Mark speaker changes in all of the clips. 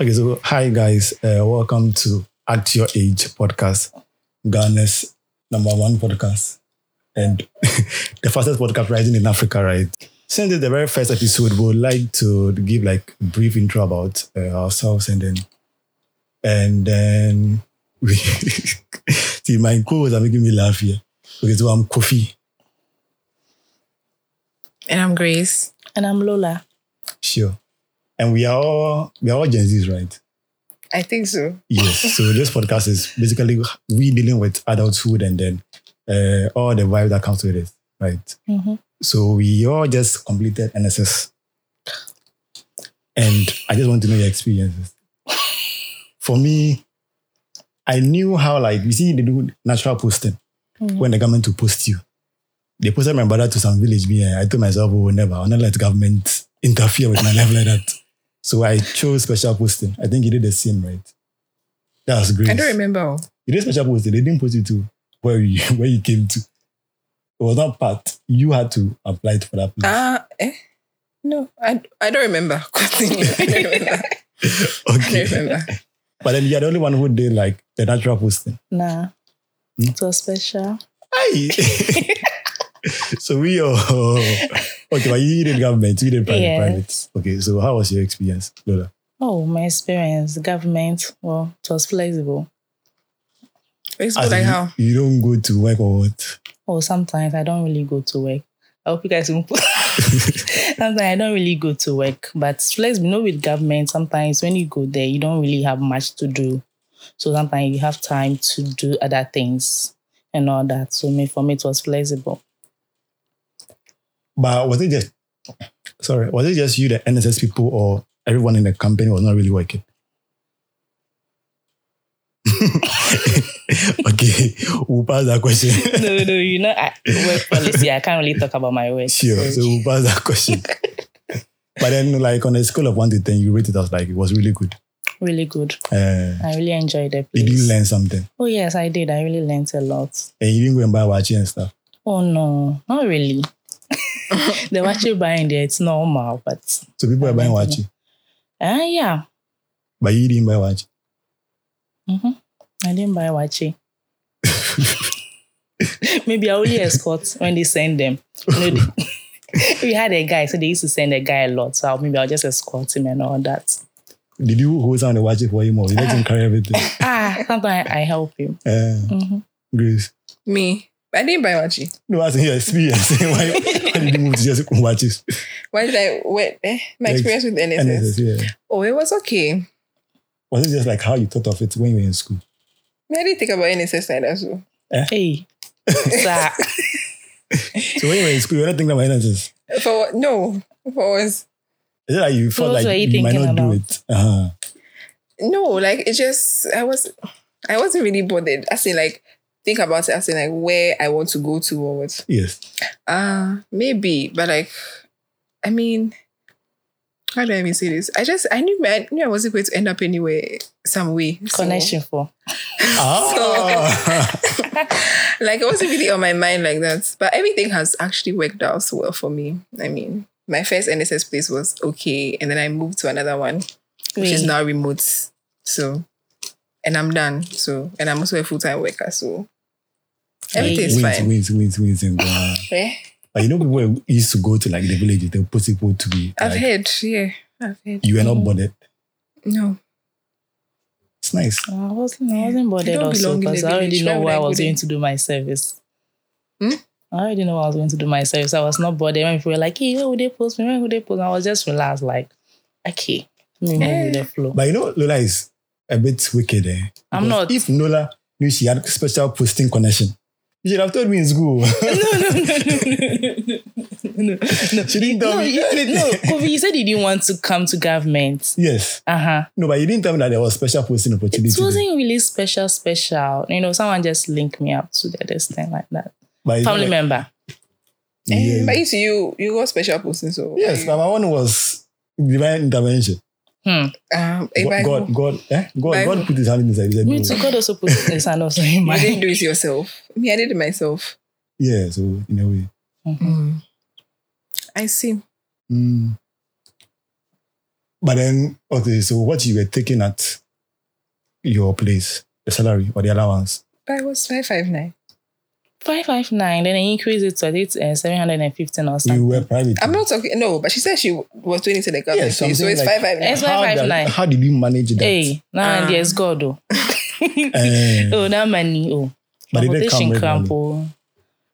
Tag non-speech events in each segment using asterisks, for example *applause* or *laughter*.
Speaker 1: Okay, so hi guys, uh, welcome to At Your Age podcast, Ghana's number one podcast, and *laughs* the fastest podcast rising in Africa, right? Since it's the very first episode, we would like to give like a brief intro about uh, ourselves, and then and then we *laughs* see my co-hosts are making me laugh here. Okay, so I'm Kofi.
Speaker 2: And I'm Grace.
Speaker 3: And I'm Lola.
Speaker 1: Sure. And we are all we are all Gen Zs, right?
Speaker 2: I think so.
Speaker 1: Yes. so this podcast is basically we dealing with adulthood and then uh, all the vibe that comes with it, right?
Speaker 3: Mhm.
Speaker 1: So we all just completed NSS, and I just want to know your experiences. For me, I knew how like you see they do natural posting
Speaker 3: Mhm.
Speaker 1: when the government to post you. They posted my brother to some village. Me, I told myself, oh, never. I'll not let government *laughs* interfere with my life like that. So I chose special posting. I think you did the same, right? That was great.
Speaker 2: I don't remember.
Speaker 1: You did special posting. They didn't post you to where you *laughs* where you came to. It was not part. You had to apply for that place.
Speaker 2: Ah, eh? No, I, I don't remember. *laughs* Continue. I don't remember.
Speaker 1: Ah. *laughs*
Speaker 2: I don't remember.
Speaker 1: But then you're the only one who did like the natural posting.
Speaker 3: Nah.
Speaker 1: Hmm?
Speaker 3: It was special.
Speaker 1: Aye. *laughs* so *laughs* we all okay, but you did government, you did private,
Speaker 3: Yes.
Speaker 1: private. Okay, so how was your experience, Lola?
Speaker 3: Oh, my experience. Government, well, it was flexible.
Speaker 2: Facebook,
Speaker 1: As
Speaker 2: like
Speaker 1: in,
Speaker 2: how?
Speaker 1: You don't go to work or what?
Speaker 3: Oh, sometimes I don't really go to work. I hope you guys will *laughs* Sometimes I don't really go to work, but let's know with government, sometimes when you go there, you don't really have much to do. So sometimes you have time to do other things and all that. So me, for me, it was flexible. *laughs*
Speaker 1: But was it just sorry, was it just you, the NSS people, or everyone in the company was not really working? *laughs* okay, we'll pass that question.
Speaker 3: *laughs* no, no, you know, I, work policy, I can't really talk about my work.
Speaker 1: Sure. So we'll pass that question. but then, like on a scale of one to ten, you rated us like it was really good.
Speaker 3: Really good.
Speaker 1: Uh,
Speaker 3: I really enjoyed the place.
Speaker 1: did you learn something?
Speaker 3: Oh yes, I did. I really learned a lot.
Speaker 1: And you didn't go and buy wachi and stuff.
Speaker 3: Oh no, not really. the watch you buy in there, it's normal, but
Speaker 1: So people are buying wachi,
Speaker 3: ah yeah.
Speaker 1: but you didn't buy wachi.
Speaker 3: hmm I didn't buy watchy. *laughs* Maybe I only escort when they send them. You know, they- *laughs* we had a guy, so they used to send a guy a lot. So I'll- maybe I'll just escort him and all that.
Speaker 1: Did you hold on the wachi for him or you let him carry everything?
Speaker 3: Ah, sometimes I help him.
Speaker 1: Uh,
Speaker 3: Mhm.
Speaker 1: Grace.
Speaker 2: *laughs* Me. I didn't buy Wachi.
Speaker 1: No, as in your experience. *laughs* why, why did you move to just watches?
Speaker 2: Why did I wait? Eh? My
Speaker 1: Like,
Speaker 2: experience with NSS.
Speaker 1: NSS, yeah.
Speaker 2: Oh, it was okay.
Speaker 1: Was it just like how you thought of it when you were in school?
Speaker 2: Me, I didn't think about NSS like that. So. *laughs*
Speaker 3: Hey, sir.
Speaker 1: So when you were in school, you were not thinking about NSS.
Speaker 2: For what? No. For us.
Speaker 1: Is it like you felt
Speaker 3: what
Speaker 1: like
Speaker 3: were you
Speaker 1: you might
Speaker 3: thinking
Speaker 1: not do
Speaker 3: about?
Speaker 1: it? Uh-huh.
Speaker 2: No, like it just I was I wasn't really bothered. I in like think about it as in like where I want to go to or what. *laughs*
Speaker 1: Yes.
Speaker 2: Uh maybe, but like I mean how do I even say this? I just I knew I knew I wasn't going to end up anywhere some way. So,
Speaker 3: Connection for.
Speaker 1: Ah.
Speaker 2: *laughs* Like it wasn't really on my mind like that. But everything has actually worked out so well for me. I mean, my first NSS place was okay, and then I moved to another one, which is
Speaker 3: Wait.
Speaker 2: now remote. So and I'm done. So and I'm also a full time worker. So everything's
Speaker 1: wins,
Speaker 2: fine.
Speaker 1: Wins, wins, wins, and uh,
Speaker 2: Eh?
Speaker 1: but you know people were- used to go to like the villages. They put people to be
Speaker 2: I've
Speaker 1: like
Speaker 2: heard, yeah. I've heard.
Speaker 1: you were not
Speaker 3: Mhm.
Speaker 1: bothered.
Speaker 2: No.
Speaker 1: It's nice.
Speaker 3: I wasn't, I wasn't bothered
Speaker 2: don't
Speaker 3: also
Speaker 2: belong in
Speaker 3: because
Speaker 2: the
Speaker 3: I already
Speaker 2: village. Why
Speaker 3: know
Speaker 2: would
Speaker 3: where
Speaker 2: I
Speaker 3: I
Speaker 2: go
Speaker 3: was
Speaker 2: there?
Speaker 3: going to do my service.
Speaker 2: Hmm?
Speaker 3: I already know what I was going to do my service. I was not bothered when people were like, hey, where would they post me? Where would they post me? I was just relaxed, like, okay, let me move with the flow.
Speaker 1: But you know, Lola is a bit wicked. Eh?
Speaker 3: I'm
Speaker 1: Because
Speaker 3: not.
Speaker 1: If Lola knew she had special posting connection, she should have told me in school.
Speaker 3: *laughs* no, no, no, no, no, no, no, no.
Speaker 1: she didn't tell
Speaker 3: No,
Speaker 1: me
Speaker 3: you,
Speaker 1: anything.
Speaker 3: no, Kofi, you said you didn't want to come to government.
Speaker 1: Yes.
Speaker 3: Uh huh.
Speaker 1: No, but you didn't tell me that there was special posting opportunity.
Speaker 3: It
Speaker 1: there.
Speaker 3: wasn't really special, special. You know, someone just linked me up to the thing like that.
Speaker 1: But you know,
Speaker 3: Family
Speaker 1: like-
Speaker 3: member.
Speaker 2: Eh,
Speaker 1: Yeah.
Speaker 2: But you see, you you got special posting, so
Speaker 1: Yes, but my one was divine intervention.
Speaker 3: Hmm.
Speaker 2: um, if I
Speaker 1: God,
Speaker 2: go,
Speaker 1: God, God, eh? God,
Speaker 2: Bible.
Speaker 1: God put his hand inside. He said,
Speaker 3: Me
Speaker 1: no.
Speaker 3: too. God also put his hand also in
Speaker 2: you didn't
Speaker 3: *laughs* mine.
Speaker 2: do it yourself. Me, I did it myself.
Speaker 1: Yeah, so in a way. Mm-hmm.
Speaker 3: Mhm.
Speaker 2: I see.
Speaker 1: Mm. But then, okay, so what you were taking at your place, the salary or the allowance?
Speaker 2: But it was 559.
Speaker 3: 559, then they increase it to I think, uh, 715 or something.
Speaker 1: You were private.
Speaker 2: I'm not talking, no, but she said she was doing it to the government. so
Speaker 1: something
Speaker 2: it's
Speaker 1: like-
Speaker 2: 559.
Speaker 3: It's
Speaker 1: how, did-
Speaker 3: 559.
Speaker 1: how did you manage that?
Speaker 3: Hey, now
Speaker 2: Ah.
Speaker 3: there's God. Oh,
Speaker 1: Eh, *laughs*
Speaker 3: oh that money. Oh,
Speaker 1: but did they come
Speaker 3: accommodation
Speaker 1: with
Speaker 3: cramp.
Speaker 1: money?
Speaker 3: Oh.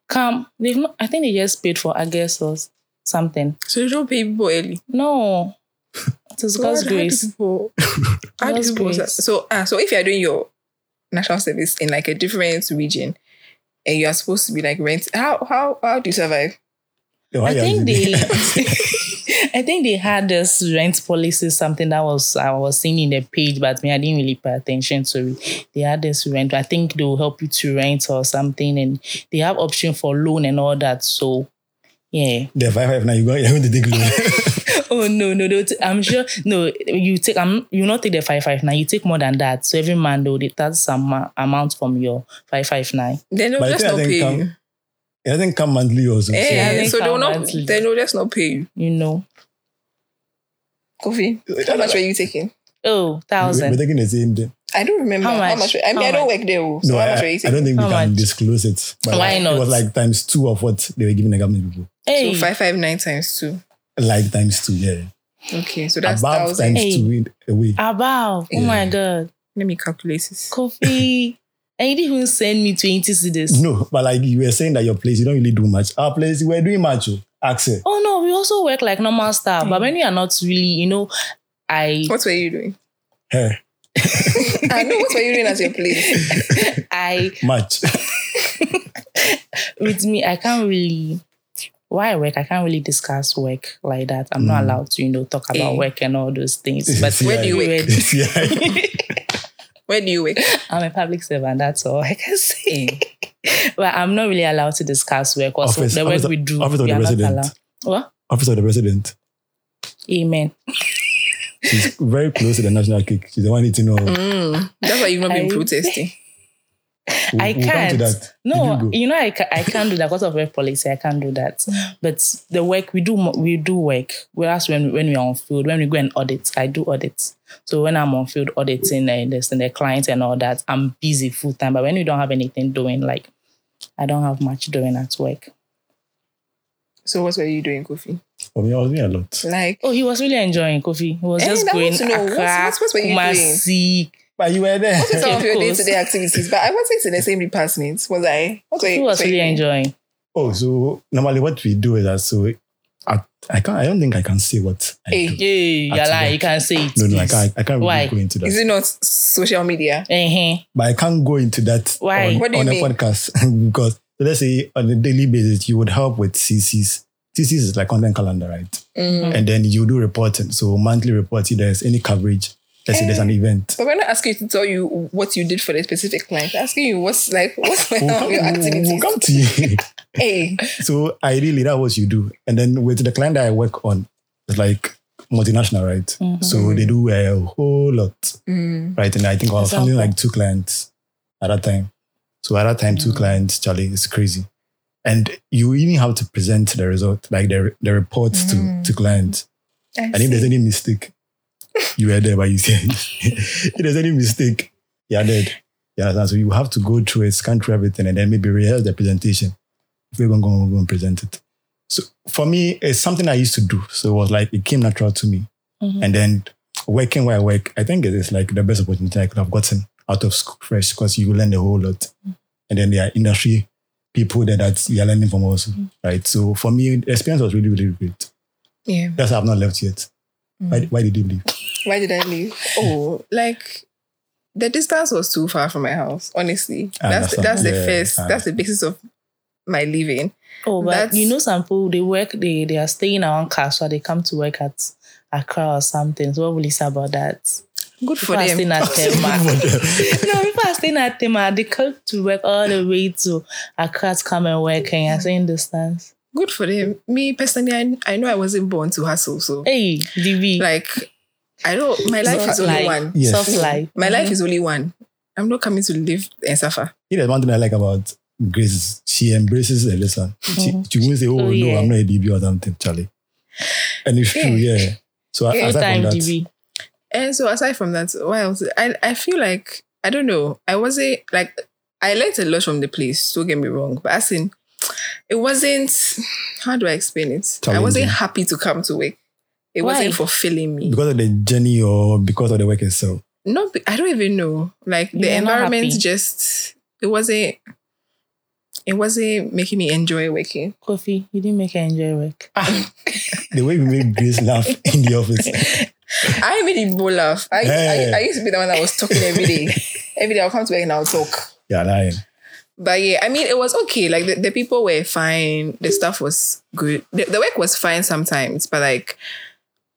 Speaker 3: Come, they've not, I think they just paid for, I guess, or something.
Speaker 2: So you don't pay people early.
Speaker 3: No,
Speaker 2: *laughs*
Speaker 3: it is God's
Speaker 2: God, how do *laughs*
Speaker 3: grace.
Speaker 2: people- how do
Speaker 3: God's
Speaker 2: people-
Speaker 3: grace.
Speaker 2: So, ah, so if you're doing your national service in like a different region and you are supposed to be like rent, how how how do you survive?
Speaker 1: Oh, how
Speaker 3: I
Speaker 1: you did
Speaker 3: think they,
Speaker 1: it?
Speaker 3: *laughs* I think they had this rent policy, something that was I was seeing in the page, but me I didn't really pay attention to it. They had this rent. I think they will help you to rent or something, and they have option for loan and all that. So, yeah.
Speaker 1: the five five nine. You got you to
Speaker 2: *laughs*
Speaker 1: take loan.
Speaker 3: Oh no, no, no! I'm sure no. You take um, you not take the five five nine. You take more than that. So every man though, they take some ma- amount from your five five nine.
Speaker 2: Then they'll
Speaker 1: But I
Speaker 2: just
Speaker 1: think
Speaker 2: not
Speaker 1: I
Speaker 2: pay
Speaker 1: think
Speaker 2: you.
Speaker 1: come- It doesn't come monthly also. so-
Speaker 2: Eh,
Speaker 3: Yeah, they
Speaker 2: so they'll
Speaker 3: come
Speaker 2: not
Speaker 3: monthly.
Speaker 2: they'll just not pay you.
Speaker 3: You know.
Speaker 2: Kofi, how much were you taking?
Speaker 3: Oh,
Speaker 1: we- We're
Speaker 3: thousand.
Speaker 1: taking the same thing.
Speaker 2: I don't remember
Speaker 3: How
Speaker 2: how much.
Speaker 3: much?
Speaker 2: were- I mean,
Speaker 3: How
Speaker 2: I don't
Speaker 3: much?
Speaker 2: work there. oh. So
Speaker 1: no,
Speaker 2: how
Speaker 1: I,
Speaker 2: much were you
Speaker 1: I
Speaker 2: taking?
Speaker 1: don't think we
Speaker 3: How
Speaker 1: can
Speaker 3: much?
Speaker 1: disclose it. But
Speaker 3: Why
Speaker 1: It was
Speaker 3: not?
Speaker 1: like times two of what they were giving the government people.
Speaker 3: Hey,
Speaker 2: So five five nine times two.
Speaker 1: Like times two, yeah.
Speaker 2: Okay, so that's
Speaker 1: Above
Speaker 2: thousand.
Speaker 1: times
Speaker 3: Hey.
Speaker 1: two in a way.
Speaker 3: about. Oh my
Speaker 1: Yeah.
Speaker 3: god.
Speaker 2: Let me calculate this.
Speaker 1: *laughs*
Speaker 3: Coffee. and you didn't even send me 20 CDs.
Speaker 1: No, but like you were saying that your place, you don't really do much. Our place, we're doing much. oh. Axel.
Speaker 3: Oh no, we also work like normal staff. But when you are not really, you know, I
Speaker 2: What were you doing?
Speaker 1: Hey,
Speaker 2: *laughs* I know what were you doing at
Speaker 1: *laughs*
Speaker 2: your place.
Speaker 3: I
Speaker 1: much.
Speaker 3: with me, I can't really why I work, I can't really discuss work like that. I'm not
Speaker 1: Mm.
Speaker 3: allowed to, you know, talk about
Speaker 2: Eh.
Speaker 3: work and all
Speaker 1: *laughs*
Speaker 3: those things. But
Speaker 1: See,
Speaker 2: where do
Speaker 1: I-
Speaker 2: you work?
Speaker 1: Yeah.
Speaker 2: Where do you work?
Speaker 3: I'm a public servant, that's all I can *laughs* say.
Speaker 2: Mm.
Speaker 3: but I'm not really allowed to discuss work or so
Speaker 1: Office-
Speaker 3: the work
Speaker 1: office-
Speaker 3: we do.
Speaker 1: office of
Speaker 3: we
Speaker 1: the
Speaker 3: are not
Speaker 1: president.
Speaker 3: allowed. What?
Speaker 1: Office of the President.
Speaker 3: Amen.
Speaker 1: She's very close to the national cake. She's the one eating all.
Speaker 2: Mm, that's why you've not been
Speaker 3: I- *laughs*
Speaker 2: protesting.
Speaker 1: We'll-
Speaker 3: I
Speaker 1: we'll come to
Speaker 3: can't.
Speaker 1: that. You
Speaker 3: No,
Speaker 1: can go.
Speaker 3: you know I, ca- I can't do that because of work policy. I can't do that. But the work we do, mo- we do work. Whereas when when we are on field, when we go and audit, I do audits. So when I'm on field auditing and the, the clients and all that, I'm busy full time. But when we don't have anything doing, like I don't have much doing at work.
Speaker 2: So what were you doing, Kofi?
Speaker 1: For me, I was doing a lot.
Speaker 2: Like
Speaker 3: Oh, he was really enjoying Kofi. He was
Speaker 2: Eh,
Speaker 3: just
Speaker 2: I
Speaker 3: going
Speaker 2: want to know, what's-
Speaker 3: Accra,
Speaker 2: what's- what's what you
Speaker 3: Kumasi.
Speaker 1: But you were there.
Speaker 3: *laughs*
Speaker 2: what are some of your
Speaker 3: Of
Speaker 2: day
Speaker 3: course.
Speaker 2: to day activities? But I wasn't in the same department, was I? What were
Speaker 3: He
Speaker 2: you-
Speaker 3: was
Speaker 2: what were
Speaker 3: really
Speaker 2: you doing?
Speaker 3: enjoying.
Speaker 1: *laughs* Oh, so normally what we do is that so I, I can't I don't think I can say what I
Speaker 2: Hey.
Speaker 1: do.
Speaker 3: Yay,
Speaker 1: At
Speaker 3: you're lying.
Speaker 1: work.
Speaker 3: You can't say it.
Speaker 1: No, no, I
Speaker 3: please.
Speaker 1: can't I can't
Speaker 3: Why?
Speaker 1: really go into
Speaker 2: Is
Speaker 1: that.
Speaker 2: it not social media?
Speaker 3: Eh-heh.
Speaker 1: But I can't go into that
Speaker 3: Why?
Speaker 1: on,
Speaker 2: What do you
Speaker 1: on a
Speaker 2: mean?
Speaker 1: podcast *laughs* because let's say on a daily basis you would help with CCs. CCs is like content calendar, right?
Speaker 2: Mm.
Speaker 1: And then you do reporting. So monthly reports, if there's any coverage, let's say there's
Speaker 2: Eh.
Speaker 1: an
Speaker 2: *laughs*
Speaker 1: event.
Speaker 2: But we're not asking you to tell you what you did for the specific client. Asking you what's like what's
Speaker 1: We'll
Speaker 2: your
Speaker 1: come, we'll- we'll
Speaker 2: activities.
Speaker 1: come to you. *laughs*
Speaker 2: Hey,
Speaker 1: so ideally that was you do. And then with the client that I work on, it's like multinational, right?
Speaker 2: Mm-hmm.
Speaker 3: Mhm.
Speaker 1: So they do a whole lot.
Speaker 2: Mm.
Speaker 1: right? And I think I was
Speaker 3: Example.
Speaker 1: something like two clients at that time. So at that time, two
Speaker 3: Mm.
Speaker 1: clients, Charlie, it's crazy. And you even have to present the result, like the, the reports
Speaker 2: Mm.
Speaker 1: to, to clients. And if there's any mistake, you were there, but you said, *laughs* if there's any mistake, you're dead. You understand? So you have to go through it, scan through everything, and then maybe rehearse the presentation. If we're going to go, go and present it. So for me, it's something I used to do. So it was like, it came natural to me.
Speaker 2: mm-hmm.
Speaker 3: Mhm.
Speaker 1: And then working where I work, I think it is like the best opportunity I could have gotten out of school fresh because you learn a whole lot. And then there are industry people that, that you're learning from also, right? So for me, the experience was really, really great.
Speaker 2: yeah.
Speaker 1: That's why I've not left yet. Why, why did you leave?
Speaker 2: Why did I leave? Oh, like the distance was too far from my house. Honestly,
Speaker 1: I
Speaker 2: that's the,
Speaker 1: understand.
Speaker 2: that's the
Speaker 1: Yeah,
Speaker 2: first.
Speaker 1: I-
Speaker 2: That's the basis of my leaving.
Speaker 3: Oh, but
Speaker 2: That's-
Speaker 3: you know, some people they work, they they are staying around Kaswa, they come to work at Accra or something. So, what will you say about that?
Speaker 2: Good
Speaker 3: People
Speaker 2: for
Speaker 3: are staying
Speaker 2: them. *laughs*
Speaker 3: at Tema. no, people are staying at Tema. They come to work all the way to Accra to come and work, and you're saying distance.
Speaker 2: Good for them. Me personally, I, I know I wasn't born to hustle, so
Speaker 3: Hey, DB,
Speaker 2: like I don't. My life is
Speaker 3: soft
Speaker 2: only
Speaker 3: life,
Speaker 2: one.
Speaker 1: *laughs* Yes.
Speaker 3: soft life.
Speaker 2: My life is only one. I'm not coming to live and suffer.
Speaker 1: You know, one thing I like about Grace is she embraces the lesson. She,
Speaker 3: Mhm.
Speaker 1: she won't say, Mm-hmm. oh,
Speaker 3: Oh,
Speaker 1: no,
Speaker 3: yeah.
Speaker 1: I'm not a DB or something, Charlie. And it's true, yeah. So a- aside
Speaker 3: Anytime,
Speaker 1: from that,
Speaker 3: DB.
Speaker 2: And so aside from that, what else? I, I feel like I don't know. I wasn't like I learned a lot from the place, don't get me wrong. But as in it wasn't how do I explain it? I wasn't
Speaker 1: Challenging.
Speaker 2: happy to come to work. It wasn't
Speaker 3: Why?
Speaker 2: fulfilling me.
Speaker 1: because of the journey or because of the work itself.
Speaker 2: No, be- I don't even know. Like
Speaker 3: You
Speaker 2: the
Speaker 3: were not
Speaker 2: environment
Speaker 3: happy.
Speaker 2: just it wasn't it wasn't making me enjoy working.
Speaker 3: *laughs* Kofi, you didn't make her enjoy work.
Speaker 1: The way we make Grace
Speaker 2: *laughs*
Speaker 1: laugh in the office.
Speaker 2: I made it bowl laugh. I,
Speaker 1: Hey.
Speaker 2: I, I used to be the one that was talking
Speaker 1: *laughs*
Speaker 2: every day. every day I'll come to work and I'll talk.
Speaker 1: Yeah, lying.
Speaker 2: But yeah, I mean, it was okay. Like the, the people were fine. The stuff was good. The, the work was fine sometimes, but like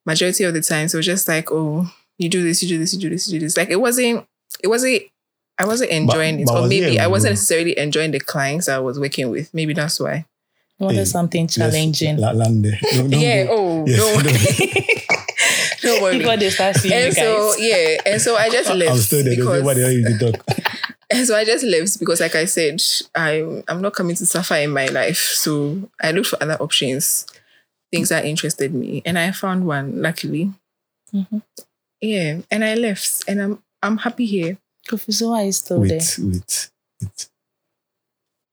Speaker 2: majority of the times, it was just like, oh, you do this, you do this, you do this, you do this. Like it wasn't, it wasn't, I wasn't enjoying
Speaker 1: but
Speaker 2: it. Or
Speaker 1: was it
Speaker 2: maybe
Speaker 1: a
Speaker 2: I wasn't
Speaker 1: good-
Speaker 2: necessarily enjoying the clients I was working with. Maybe that's why.
Speaker 3: You wanted
Speaker 1: Hey,
Speaker 3: something
Speaker 1: Yes,
Speaker 3: challenging.
Speaker 1: la- land there. Don't- don't
Speaker 2: yeah.
Speaker 1: go.
Speaker 2: Oh,
Speaker 1: *laughs* Yes,
Speaker 2: don't worry.
Speaker 1: *laughs*
Speaker 2: *laughs* don't worry.
Speaker 3: Before they start seeing you
Speaker 2: And
Speaker 3: guys.
Speaker 2: Eh, so, yeah. And so I just left.
Speaker 1: I'm still there. Don't
Speaker 2: because-
Speaker 1: know What the hell you did talk?
Speaker 2: And *laughs* so I just left because, like I said, I'm I'm not coming to suffer in my life. So I looked for other options, things that interested me, and I found one. Luckily,
Speaker 3: Mhm.
Speaker 2: yeah. And I left, and I'm I'm happy here.
Speaker 3: Kofi, so why are you still there?
Speaker 1: Wait, wait, wait.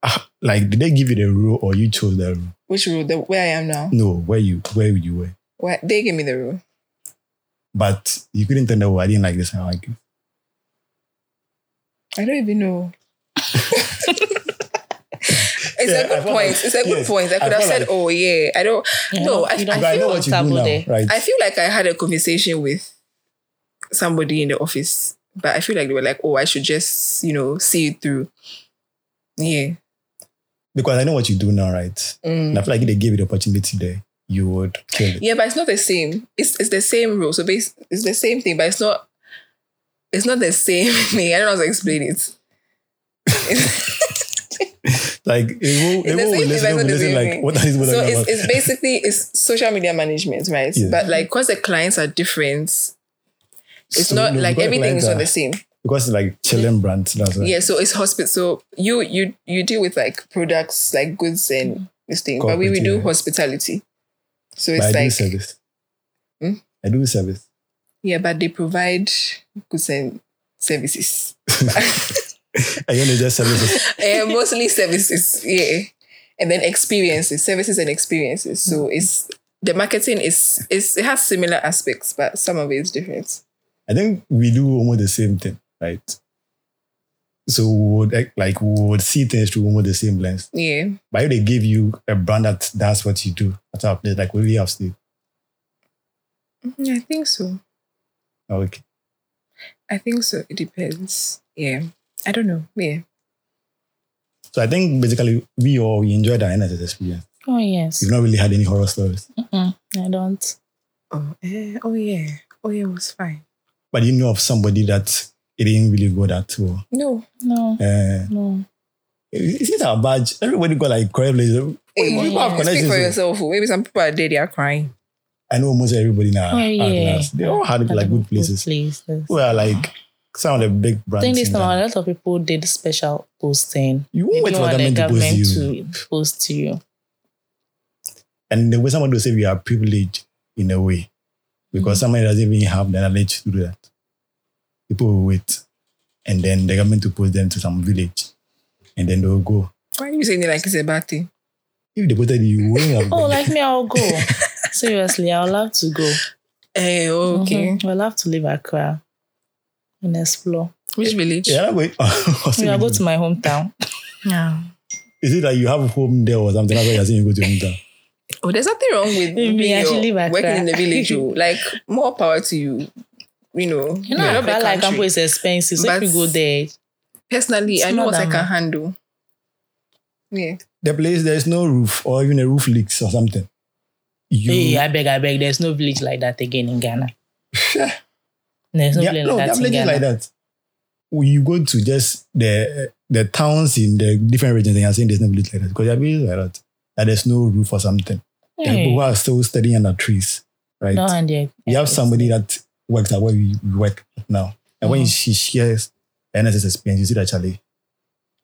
Speaker 1: Ah, like, did they give you the rule or you chose the rule?
Speaker 2: Which rule? The where I am now.
Speaker 1: No, where you where you were.
Speaker 2: Where they gave me the rule.
Speaker 1: But you couldn't tell them, oh, I didn't like this. I like it.
Speaker 2: I don't even
Speaker 1: *laughs*
Speaker 2: know. It's
Speaker 1: Yeah, I
Speaker 2: a good
Speaker 1: felt
Speaker 2: point.
Speaker 1: like-
Speaker 2: it's a good
Speaker 1: yes,
Speaker 2: point. I
Speaker 1: I
Speaker 2: could have
Speaker 1: felt
Speaker 2: said,
Speaker 1: like-
Speaker 2: "Oh yeah, I don't."
Speaker 3: You
Speaker 2: No,
Speaker 3: know,
Speaker 2: I-
Speaker 3: you
Speaker 2: I
Speaker 3: don't
Speaker 1: But I know
Speaker 3: feel
Speaker 1: what you do
Speaker 3: comfortable
Speaker 1: now,
Speaker 3: there.
Speaker 1: right?
Speaker 2: I feel like I had a conversation with somebody in the office, but I feel like they were like, oh, I should just, you know, see it through. Yeah.
Speaker 1: because I know what you do now, right?
Speaker 2: Mm.
Speaker 1: And I feel like if they gave you the opportunity there, you would kill it.
Speaker 2: Yeah, but it's not the same. It's it's the same rule. So bas- it's the same thing, but it's not it's not the same *laughs* thing. I don't know how to explain it. It's,
Speaker 1: Like, it will,
Speaker 2: it's
Speaker 1: it
Speaker 2: the
Speaker 1: will
Speaker 2: same thing, but
Speaker 1: listen, will
Speaker 2: it's not the
Speaker 1: listen
Speaker 2: same
Speaker 1: like,
Speaker 2: thing.
Speaker 1: what is *laughs* what
Speaker 2: so
Speaker 1: I'm
Speaker 2: it's,
Speaker 1: about. *laughs*
Speaker 2: it's basically it's social media management, right?
Speaker 1: Yeah.
Speaker 2: But like because the clients are different, it's
Speaker 1: So,
Speaker 2: not
Speaker 1: no,
Speaker 2: like
Speaker 1: because
Speaker 2: everything is
Speaker 1: clients
Speaker 2: not the
Speaker 1: are-
Speaker 2: same.
Speaker 1: Because it's like
Speaker 2: *laughs*
Speaker 1: chilling brands. That's why.
Speaker 2: Yeah, so it's hospital. So you you you deal with like products, like goods and this thing, but we, we
Speaker 1: Corporate,
Speaker 2: do
Speaker 1: yeah.
Speaker 2: hospitality. So
Speaker 1: But I
Speaker 2: it's
Speaker 1: do
Speaker 2: like
Speaker 1: service.
Speaker 2: Hmm?
Speaker 1: I do service. *laughs*
Speaker 2: yeah, but they provide goods and services, *laughs*
Speaker 1: I only just services.
Speaker 2: Eh, mostly services. Yeah, and then experiences, services and experiences. So
Speaker 1: Mm-hmm.
Speaker 2: it's the marketing is is it has similar aspects, but some of it is different.
Speaker 1: I think we do almost the same thing, right? So we would act like we would see things through almost the same lens.
Speaker 2: Yeah,
Speaker 1: But if they give you a brand that that's what you do, that's our place, like we really have to.
Speaker 2: Mhm, I think so.
Speaker 1: Oh, Okay.
Speaker 2: I think so. It depends. Yeah, I don't know. Yeah.
Speaker 1: So I think basically we all we enjoyed our NSS experience.
Speaker 3: Oh, yes.
Speaker 1: We've not really had any horror stories.
Speaker 3: Mm-mm, I don't.
Speaker 2: Oh, eh, oh yeah. Oh yeah, it was fine.
Speaker 1: But you know of somebody that it didn't really go that well.
Speaker 2: No.
Speaker 3: No,
Speaker 1: Uh,
Speaker 3: no.
Speaker 1: is it our badge? Everybody got like correct places.
Speaker 2: Hey,
Speaker 1: People have
Speaker 2: speak
Speaker 1: connections.
Speaker 2: for
Speaker 1: oh.
Speaker 2: yourself. Maybe some people are there, they are crying.
Speaker 1: I know almost everybody now.
Speaker 3: Oh, yeah.
Speaker 1: They all had like good places.
Speaker 3: places.
Speaker 1: Who are like some of the big brands.
Speaker 3: Thing is,
Speaker 1: in
Speaker 3: now,
Speaker 1: Ghana.
Speaker 3: a lot of people did special posting.
Speaker 1: You won't
Speaker 3: They
Speaker 1: wait
Speaker 3: don't
Speaker 1: for
Speaker 3: want
Speaker 1: government
Speaker 3: the
Speaker 1: to post
Speaker 3: government
Speaker 1: you.
Speaker 3: to post
Speaker 1: *laughs*
Speaker 3: to you.
Speaker 1: And the way someone will say we are privileged in a way,
Speaker 3: Mm-hmm.
Speaker 1: because somebody doesn't even have the knowledge to do that. People will wait, and then the government to post them to some village, and then they will go.
Speaker 2: Why are you saying it like it's a bad thing?
Speaker 1: If they posted you, you wouldn't have
Speaker 3: Oh,
Speaker 1: gone.
Speaker 3: like me,
Speaker 1: *laughs*
Speaker 3: I'll go. Seriously, I'll love to go.
Speaker 2: Hey, okay.
Speaker 3: Mhm. We'll have to leave Accra and explore.
Speaker 2: Which village?
Speaker 1: yeah, wait. *laughs*
Speaker 3: Maybe I'll go to my hometown.
Speaker 2: No.
Speaker 1: Is it like you have home there or something? That's why you're saying you go to hometown.
Speaker 2: Oh, there's nothing wrong with
Speaker 3: Me,
Speaker 2: being
Speaker 3: I should
Speaker 2: your-
Speaker 3: live Accra.
Speaker 2: working in the village.
Speaker 3: *laughs*
Speaker 2: oh. like more power to you. You know,
Speaker 3: You know,
Speaker 2: you're not the
Speaker 3: Accra,
Speaker 2: country.
Speaker 3: like Campo is expensive. So
Speaker 2: But-
Speaker 3: if you go there,
Speaker 2: Personally,
Speaker 3: It's
Speaker 2: I know
Speaker 3: not
Speaker 2: what I
Speaker 3: that
Speaker 2: can
Speaker 3: much.
Speaker 2: handle. Yeah.
Speaker 1: The place there's no roof or even a roof leaks or something. You,
Speaker 3: hey, I beg, I beg, there's no village like that again in Ghana. There's no
Speaker 1: Yeah,
Speaker 3: village
Speaker 1: no, there are
Speaker 3: like that in
Speaker 1: places
Speaker 3: Ghana.
Speaker 1: like that. When you go to just the the towns in the different regions, and you're saying there's no village like that because there are places like that. That there's no roof or something. There are
Speaker 3: Hey,
Speaker 1: people who are still studying under trees, right?
Speaker 3: no, and they-
Speaker 1: you have somebody that works at where we we work now, and when
Speaker 3: Mhm.
Speaker 1: she shares NSS experience, you see that Charlie,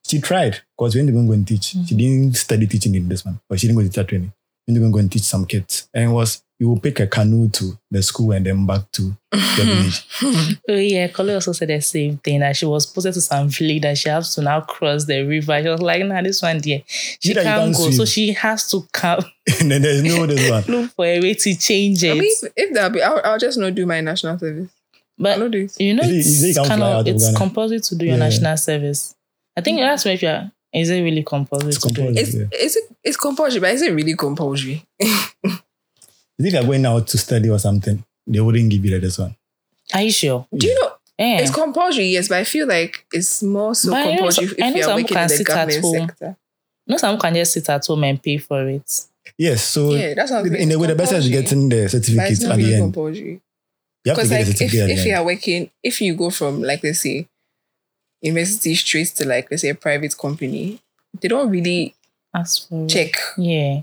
Speaker 1: she tried because when they go
Speaker 3: Mm-hmm.
Speaker 1: and teach, she didn't study teaching in this one, but she didn't go to teacher training. When they go and teach some kids, and it was you will pick a canoe to the school and then back to the
Speaker 3: Mm-hmm.
Speaker 1: village.
Speaker 3: Oh yeah, Kole also said the same thing that she was posted to some village that she has to now cross the river. She was like, nah, this one dear. She
Speaker 1: that you
Speaker 3: can't
Speaker 1: can't
Speaker 3: go.
Speaker 1: swim.
Speaker 3: So she has to come *laughs*
Speaker 1: *laughs* and then there's no this one.
Speaker 3: look for a way to change it.
Speaker 2: I mean, if- if that be, I'll, I'll just not do my national service. I'll
Speaker 3: but
Speaker 2: not do it.
Speaker 3: you know,
Speaker 1: Is it- is it
Speaker 3: it's
Speaker 1: you can't
Speaker 3: kind
Speaker 1: fly out
Speaker 3: of
Speaker 1: of
Speaker 3: it's
Speaker 1: Ghana?
Speaker 3: compulsory to do your
Speaker 1: Yeah.
Speaker 3: national service. I think that's where if you're is it really compulsory
Speaker 1: It's
Speaker 3: to do it?
Speaker 1: compulsory.
Speaker 2: It's,
Speaker 1: Yeah.
Speaker 2: it's, it's compulsory, but is it really compulsory?
Speaker 1: Is it like going out to study or something? They wouldn't give you like this one.
Speaker 3: Are you sure?
Speaker 2: Do you know,
Speaker 3: Yeah.
Speaker 2: it's compulsory, yes, but I feel like it's more so
Speaker 3: Eh. But I know
Speaker 2: compulsory
Speaker 3: some-
Speaker 2: if,
Speaker 3: I know
Speaker 2: you are
Speaker 3: some
Speaker 2: working
Speaker 3: can
Speaker 2: in the
Speaker 3: sit at
Speaker 2: government
Speaker 3: home.
Speaker 2: sector.
Speaker 3: no, someone can just sit at home and pay for it.
Speaker 1: Yes, so
Speaker 2: Yeah, that's what I'm saying.
Speaker 1: in a way, the
Speaker 2: It's
Speaker 1: person is
Speaker 2: compulsory,
Speaker 1: getting the
Speaker 2: but it's
Speaker 1: certificate
Speaker 2: not
Speaker 1: at the
Speaker 2: really
Speaker 1: end.
Speaker 2: compulsory.
Speaker 1: You have to
Speaker 2: Because
Speaker 1: get
Speaker 2: like
Speaker 1: the
Speaker 2: if,
Speaker 1: certificate at
Speaker 2: if
Speaker 1: the
Speaker 2: you
Speaker 1: end.
Speaker 2: are working, if you go from like let's say university straight to like let's say a private company, they don't really
Speaker 3: Ask for
Speaker 1: Mm.
Speaker 3: it.
Speaker 2: check.
Speaker 3: Yeah.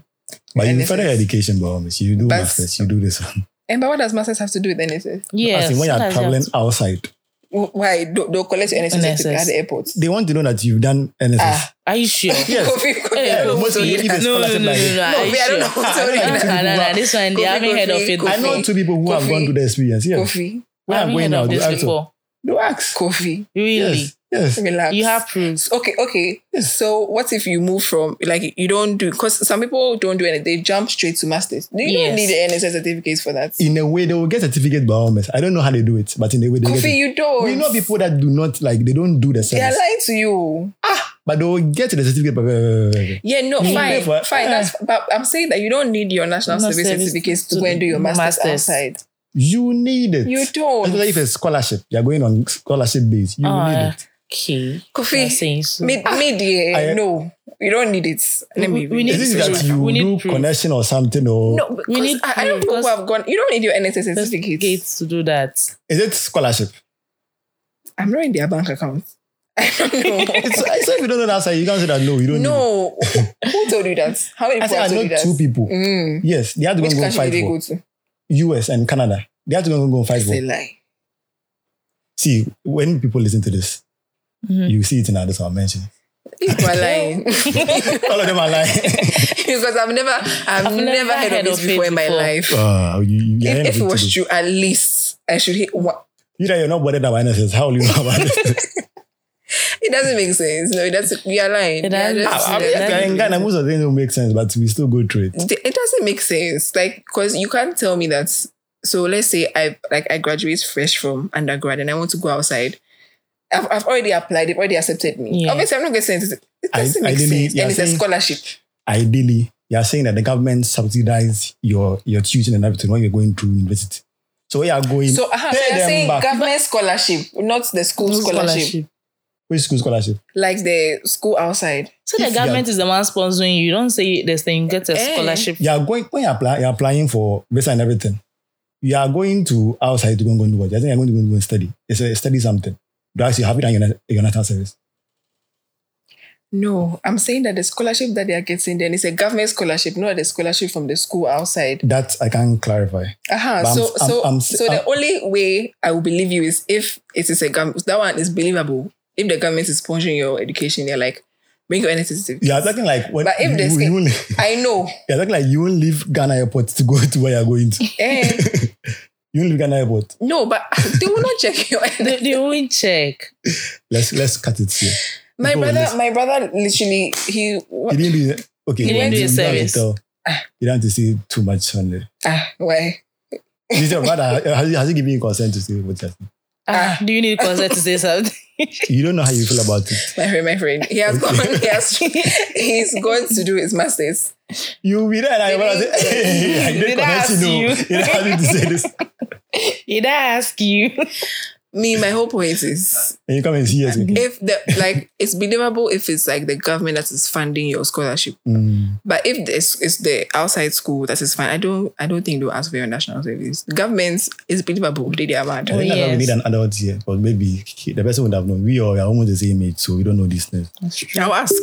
Speaker 1: But you
Speaker 2: NSS.
Speaker 1: further education, by all means. You do
Speaker 2: But-
Speaker 1: masters, you do this one.
Speaker 2: And but what does masters have to do with NSS?
Speaker 3: Yeah.
Speaker 1: As in when
Speaker 3: so
Speaker 1: you're
Speaker 3: that's
Speaker 1: traveling
Speaker 3: just-
Speaker 1: outside,
Speaker 2: Wh- Why don't, don't collect your NSS, certificate
Speaker 3: NSS.
Speaker 2: at the airport?
Speaker 1: they want to know that you've done NSS.
Speaker 2: Ah,
Speaker 3: Are you sure?
Speaker 2: *laughs*
Speaker 1: Yes.
Speaker 2: Kofi, Kofi,
Speaker 3: Hey,
Speaker 1: Yeah,
Speaker 2: Kofi.
Speaker 1: most of the people-
Speaker 3: Eh, no, no, no, no,
Speaker 1: scholarship
Speaker 3: no.
Speaker 1: like it.
Speaker 3: Are
Speaker 2: No,
Speaker 3: you
Speaker 2: me, I don't
Speaker 3: sure?
Speaker 2: know *laughs* what's going
Speaker 3: Nah,
Speaker 2: on.
Speaker 3: nah, nah, This one, they
Speaker 2: Kofi,
Speaker 3: haven't heard of
Speaker 2: Kofi,
Speaker 3: it.
Speaker 2: Kofi.
Speaker 1: I know two people who have
Speaker 2: Kofi.
Speaker 1: gone through the experience. Yeah.
Speaker 2: Kofi,
Speaker 1: Where I'm
Speaker 3: haven't
Speaker 1: going
Speaker 3: heard
Speaker 1: now,
Speaker 3: of
Speaker 1: you
Speaker 3: this
Speaker 1: ask them.
Speaker 3: before.
Speaker 1: No ask.
Speaker 2: Kofi,
Speaker 3: Really?
Speaker 1: Yes. Yes.
Speaker 2: relax.
Speaker 3: You have proof.
Speaker 2: okay, okay. So what if you move from like you don't do because some people don't do anything, they jump straight to masters. You
Speaker 3: Yes.
Speaker 2: don't need the NSS certificates for that.
Speaker 1: In a way, they will get certificate by all means. I don't know how they do it, but in a way they
Speaker 2: Kofi,
Speaker 1: get it.
Speaker 2: you don't.
Speaker 1: We know people that do not like they don't do the
Speaker 2: They are
Speaker 1: service,
Speaker 2: lying to you. Ah,
Speaker 1: but they will get the certificate. By,
Speaker 2: yeah, no,
Speaker 1: Yeah.
Speaker 2: fine,
Speaker 1: But-
Speaker 2: fine. That's but I'm saying that you don't need your national
Speaker 3: National
Speaker 2: service
Speaker 3: service
Speaker 2: certificates to
Speaker 3: to
Speaker 2: go and do your masters,
Speaker 3: masters.
Speaker 2: outside.
Speaker 1: you need it.
Speaker 2: You don't,
Speaker 1: Especially if it's scholarship, you're going on scholarship base. You
Speaker 3: Ah,
Speaker 1: need it.
Speaker 3: Okay. You're
Speaker 2: Kofi.
Speaker 3: saying so.
Speaker 2: Mid mid year,
Speaker 1: I-
Speaker 2: no, you don't need it. Let me.
Speaker 3: We- we need
Speaker 1: Is it
Speaker 3: to-
Speaker 1: that you
Speaker 3: we need
Speaker 1: do
Speaker 3: proof.
Speaker 1: connection or something, or
Speaker 2: No, because
Speaker 3: need
Speaker 2: I, I don't
Speaker 3: proof,
Speaker 2: know who
Speaker 3: because-
Speaker 2: have gone. You don't need your NSS
Speaker 3: Just
Speaker 2: certificates.
Speaker 3: gates to do that.
Speaker 1: is it scholarship?
Speaker 2: I'm not in their bank account. *laughs* I don't
Speaker 1: It's, it's like if you don't know the answer, you can't say that. No, you
Speaker 2: know.
Speaker 1: don't. Need it.
Speaker 2: no, *laughs* who told you that? How many
Speaker 1: I
Speaker 2: people
Speaker 1: said I
Speaker 2: have told you
Speaker 1: know
Speaker 2: that?
Speaker 1: two people.
Speaker 2: Mm.
Speaker 1: Yes, they had to go
Speaker 2: Which
Speaker 1: and go and
Speaker 2: country
Speaker 1: fight
Speaker 2: did they go
Speaker 1: for
Speaker 2: to?
Speaker 1: US and Canada. They had to go and go and fight
Speaker 2: It's a
Speaker 1: for.
Speaker 2: lie.
Speaker 1: See, when people listen to this,
Speaker 2: Mm-hmm.
Speaker 3: Mhm.
Speaker 1: you see it in others I'll mention.
Speaker 2: People are *laughs* lying.
Speaker 1: All of them are lying.
Speaker 2: *laughs*
Speaker 1: *laughs*
Speaker 2: because I've never, I've,
Speaker 3: I've
Speaker 2: never, heard, of this
Speaker 3: it
Speaker 2: before in my
Speaker 3: before.
Speaker 2: life.
Speaker 1: Uh, you, you, you're
Speaker 2: if if it
Speaker 1: innovative.
Speaker 2: was true, at least I should hit one.
Speaker 1: You that you're not bothered about NSS. How will you know about
Speaker 2: *laughs*
Speaker 1: it?
Speaker 2: It doesn't make sense. No, that's we are lying.
Speaker 3: It
Speaker 2: We are
Speaker 3: doesn't-
Speaker 2: just-
Speaker 3: I'm- I'm just
Speaker 1: Ah, Yeah, in Ghana, most of the things don't make sense, but we still go through it.
Speaker 2: It doesn't make sense. Like, because you can't tell me that. So let's say I like I graduate fresh from undergrad and I want to go outside. I've, I've already applied. They've already accepted me.
Speaker 3: Yeah.
Speaker 2: Obviously, I'm not getting it. It
Speaker 1: I-
Speaker 2: doesn't make
Speaker 1: ideally,
Speaker 2: sense.
Speaker 1: you are
Speaker 2: And it's a
Speaker 1: saying-
Speaker 2: scholarship.
Speaker 1: Ideally, you're saying that the government subsidizes your, your tuition and everything when you're going through university. So where you are going,
Speaker 2: So, uh, so
Speaker 1: pay
Speaker 2: you're
Speaker 1: them
Speaker 2: saying
Speaker 1: back.
Speaker 2: government scholarship, not the school scholarship,
Speaker 1: which school scholarship?
Speaker 2: like the school outside.
Speaker 3: So the
Speaker 1: If you
Speaker 3: government is the one sponsoring you. You don't say this thing, you get a
Speaker 2: Eh.
Speaker 3: scholarship.
Speaker 1: You are going, when you apply, you're applying for visa and everything. You are going to outside to go and, go and do what? I think you're going to go and, go and study. It's a study something. That's you have it on your, na- your national service.
Speaker 2: No, I'm saying that the scholarship that they are getting then is a government scholarship, not the scholarship from the school outside.
Speaker 1: That I can clarify.
Speaker 2: Uh-huh.
Speaker 1: But I'm-
Speaker 2: so,
Speaker 1: I'm-
Speaker 2: so,
Speaker 1: I'm-
Speaker 2: so the only way I will believe you is if it is a government. That one is believable. If the government is sponsoring your education, they're like, bring your NSS.
Speaker 1: You are talking like when
Speaker 2: But if
Speaker 1: you,
Speaker 2: they
Speaker 1: you
Speaker 2: say-
Speaker 1: won't-
Speaker 2: I know.
Speaker 1: you're talking like you won't leave Ghana airport to go to where you're going to.
Speaker 2: Eh,
Speaker 1: You won't leave Ghana airport.
Speaker 2: no, but *laughs* they will not check your.
Speaker 1: *laughs*
Speaker 2: NSS.
Speaker 3: They, they won't check.
Speaker 1: Let's let's cut it here.
Speaker 2: My
Speaker 1: Go on,
Speaker 2: brother,
Speaker 1: let's-
Speaker 2: my brother, literally, he.
Speaker 1: He
Speaker 2: What,
Speaker 1: didn't do it. Okay,
Speaker 3: He didn't do
Speaker 1: you,
Speaker 3: his
Speaker 1: you don't have to
Speaker 3: service.
Speaker 1: tell. You don't have to say too much on the.
Speaker 2: ah, why?
Speaker 1: You said, brother, has, he- has he given you consent to say what you
Speaker 3: Ah, do you need consent to say something?
Speaker 1: You don't know how you feel about it.
Speaker 2: My friend, my friend, he has
Speaker 1: Okay.
Speaker 2: gone. He has. *laughs* he's going to do his masters.
Speaker 1: You'll be there and your brother say, hey, I
Speaker 3: Did
Speaker 1: didn't
Speaker 3: I
Speaker 1: consent, you know.
Speaker 3: ask you?
Speaker 1: You don't have to say this.
Speaker 3: Did I ask you?
Speaker 2: Me, my whole point is
Speaker 1: And you come and see us again.
Speaker 2: if the like it's believable if it's like the government that is funding your scholarship
Speaker 1: Mm.
Speaker 2: but if this is the outside school that is fine i don't i don't think they'll ask for your national service government is believable they, they are
Speaker 1: I
Speaker 2: bad
Speaker 1: think that's why we
Speaker 3: yes.
Speaker 1: need an adult here, because maybe the person would have known. We are we are almost the same age, so we don't know these things.
Speaker 3: That's true.
Speaker 2: i'll ask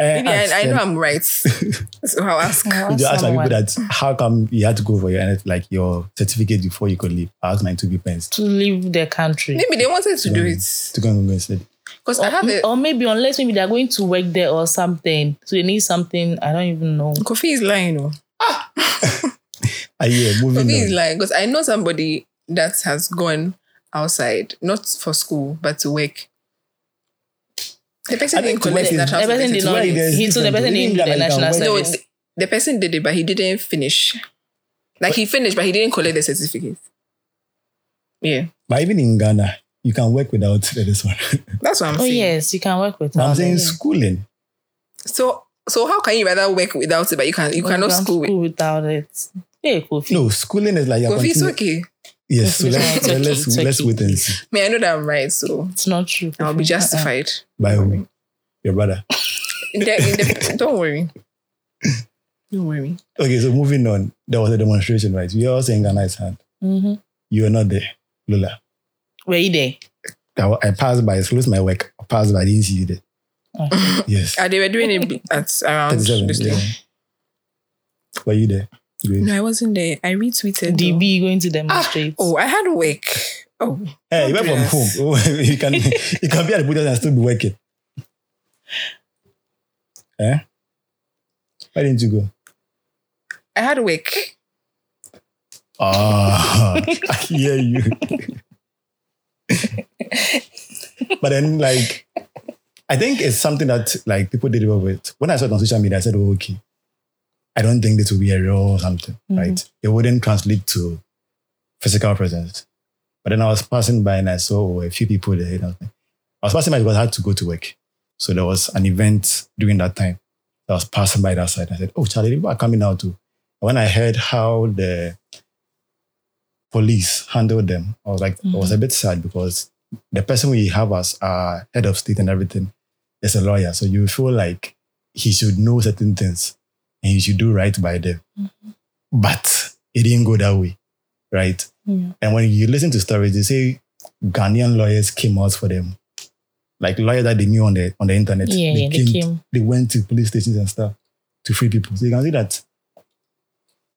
Speaker 1: Eh,
Speaker 2: Maybe
Speaker 1: ask
Speaker 2: I, I know
Speaker 1: them.
Speaker 2: i'm right so i'll ask
Speaker 1: *laughs* You just ask my people that how come you had to go for your like your certificate before you could leave. I asked my two people friends
Speaker 3: to leave the country.
Speaker 2: maybe they wanted to do
Speaker 1: Yeah.
Speaker 2: it
Speaker 1: to go and go and study.
Speaker 2: because i
Speaker 3: Or,
Speaker 2: have a
Speaker 3: or maybe unless maybe they're going to work there or something. So they need something. I don't even know.
Speaker 2: coffee is lying oh.
Speaker 1: Ah, yeah,
Speaker 2: For
Speaker 1: moving
Speaker 2: me, it's
Speaker 1: on.
Speaker 2: like because I know somebody that has gone outside, not for school, but to work. The person
Speaker 1: I think
Speaker 2: didn't
Speaker 1: to work
Speaker 2: collect
Speaker 1: is-
Speaker 2: the national
Speaker 3: The person did
Speaker 2: service.
Speaker 3: not.
Speaker 1: why there's
Speaker 3: He told the
Speaker 1: different-
Speaker 3: person
Speaker 1: we
Speaker 3: didn't
Speaker 1: didn't
Speaker 3: do the
Speaker 1: like
Speaker 3: national
Speaker 1: that.
Speaker 2: No,
Speaker 3: service.
Speaker 2: th- the person did it, but he didn't finish. Like he finished, but he didn't collect the certificate. Yeah,
Speaker 1: But even in Ghana, you can work without *laughs* this one.
Speaker 2: that's what I'm
Speaker 3: Oh
Speaker 2: saying.
Speaker 3: yes, you can work with. Mm.
Speaker 1: I'm
Speaker 3: her.
Speaker 1: saying
Speaker 3: Yeah.
Speaker 1: schooling.
Speaker 2: So, so how can you rather work without it, but you can you
Speaker 3: But
Speaker 2: cannot
Speaker 3: can't
Speaker 2: school with?
Speaker 3: without it. Yeah, Kofi.
Speaker 1: No, schooling is like you're
Speaker 2: Kofi, it's
Speaker 1: continuing-
Speaker 2: okay.
Speaker 1: Yes, so
Speaker 3: It's
Speaker 1: let's
Speaker 3: okay,
Speaker 1: let's
Speaker 3: it's
Speaker 1: let's
Speaker 3: okay.
Speaker 1: wait and see.
Speaker 2: Me, I know that I'm right, so
Speaker 3: it's not true.
Speaker 2: I'll be
Speaker 3: Kofi. *laughs* Uh-uh.
Speaker 2: justified.
Speaker 1: By who? Your brother.
Speaker 2: In the- in the- *laughs* don't worry. Don't worry. *laughs*
Speaker 1: Okay, so moving on. There was a demonstration, right? We are also in Ghana. It's hard.
Speaker 3: Mhm.
Speaker 1: You were not there, Lola.
Speaker 3: Were you there?
Speaker 1: I, wa- I passed by. It's close to my work. I passed by. I didn't see you there. Yes.
Speaker 2: Uh, they were doing it *laughs* at around
Speaker 1: Thirty-seven.
Speaker 2: this thing.
Speaker 1: Yeah. Were you there? Great.
Speaker 2: No, I wasn't there. I retweeted. though.
Speaker 3: DB going to
Speaker 2: Ah,
Speaker 3: demonstrate.
Speaker 2: oh, I had work. Oh,
Speaker 1: Hey, you work from
Speaker 2: Yes.
Speaker 1: home. Oh, *laughs* you can you can be at the booth and still be working. Eh? Why didn't you go?
Speaker 2: I had work.
Speaker 1: Ah, *laughs* I hear you. but then, like, I think it's something that like people did well with. When I saw it on social media, I said, "Oh, okay." I don't think this will be a real or something, right? It wouldn't translate to physical presence. But then I was passing by and I saw a few people there. And I, was like- I was passing by because I had to go to work. So there was an event during that time. I was passing by that side. I said, "Oh, Charlie, people are coming out too." When I heard how the police handled them. I was like, I was a bit sad because the person we have as our head of state and everything is a lawyer. So you feel like he should know certain things and he should do right by them. But it didn't go that way, right?
Speaker 3: Yeah.
Speaker 1: And when you listen to stories, they say Ghanaian lawyers came out for them. Like lawyers that they knew on the on the internet.
Speaker 3: yeah, yeah, they came.
Speaker 1: they went to police stations and stuff to free people. So you can see that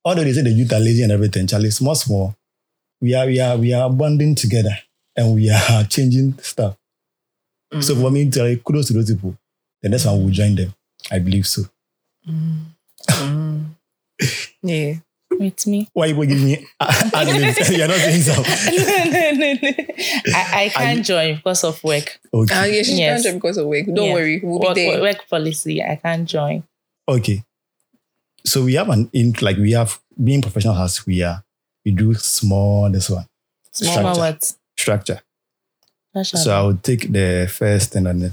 Speaker 1: although they say the youth are lazy and everything, Charlie, small, small, we are we are we are bonding together and we are *laughs* changing stuff.
Speaker 2: Mm.
Speaker 1: So for me, Charlie, kudos to those people. The next one will join them. I believe so.
Speaker 2: Mm. Mm. yeah.
Speaker 1: *laughs*
Speaker 3: With me.
Speaker 1: Why are you giving me a- arguments? *laughs* You're not saying
Speaker 3: *laughs*
Speaker 1: so.
Speaker 3: no, no, no, no. I, I can't join because of work.
Speaker 2: Ah,
Speaker 1: Okay.
Speaker 2: yeah, she's
Speaker 3: Yes.
Speaker 2: yes. because of work. Don't
Speaker 3: Yeah.
Speaker 2: worry, we'll
Speaker 3: Work,
Speaker 2: be there.
Speaker 3: work policy. I can't join.
Speaker 1: Okay. So we have an in like we have being professional as we are, we do small this one.
Speaker 3: Small
Speaker 1: Structure.
Speaker 3: what?
Speaker 1: Structure.
Speaker 3: That's
Speaker 1: So I
Speaker 3: all.
Speaker 1: will take the first thing on it.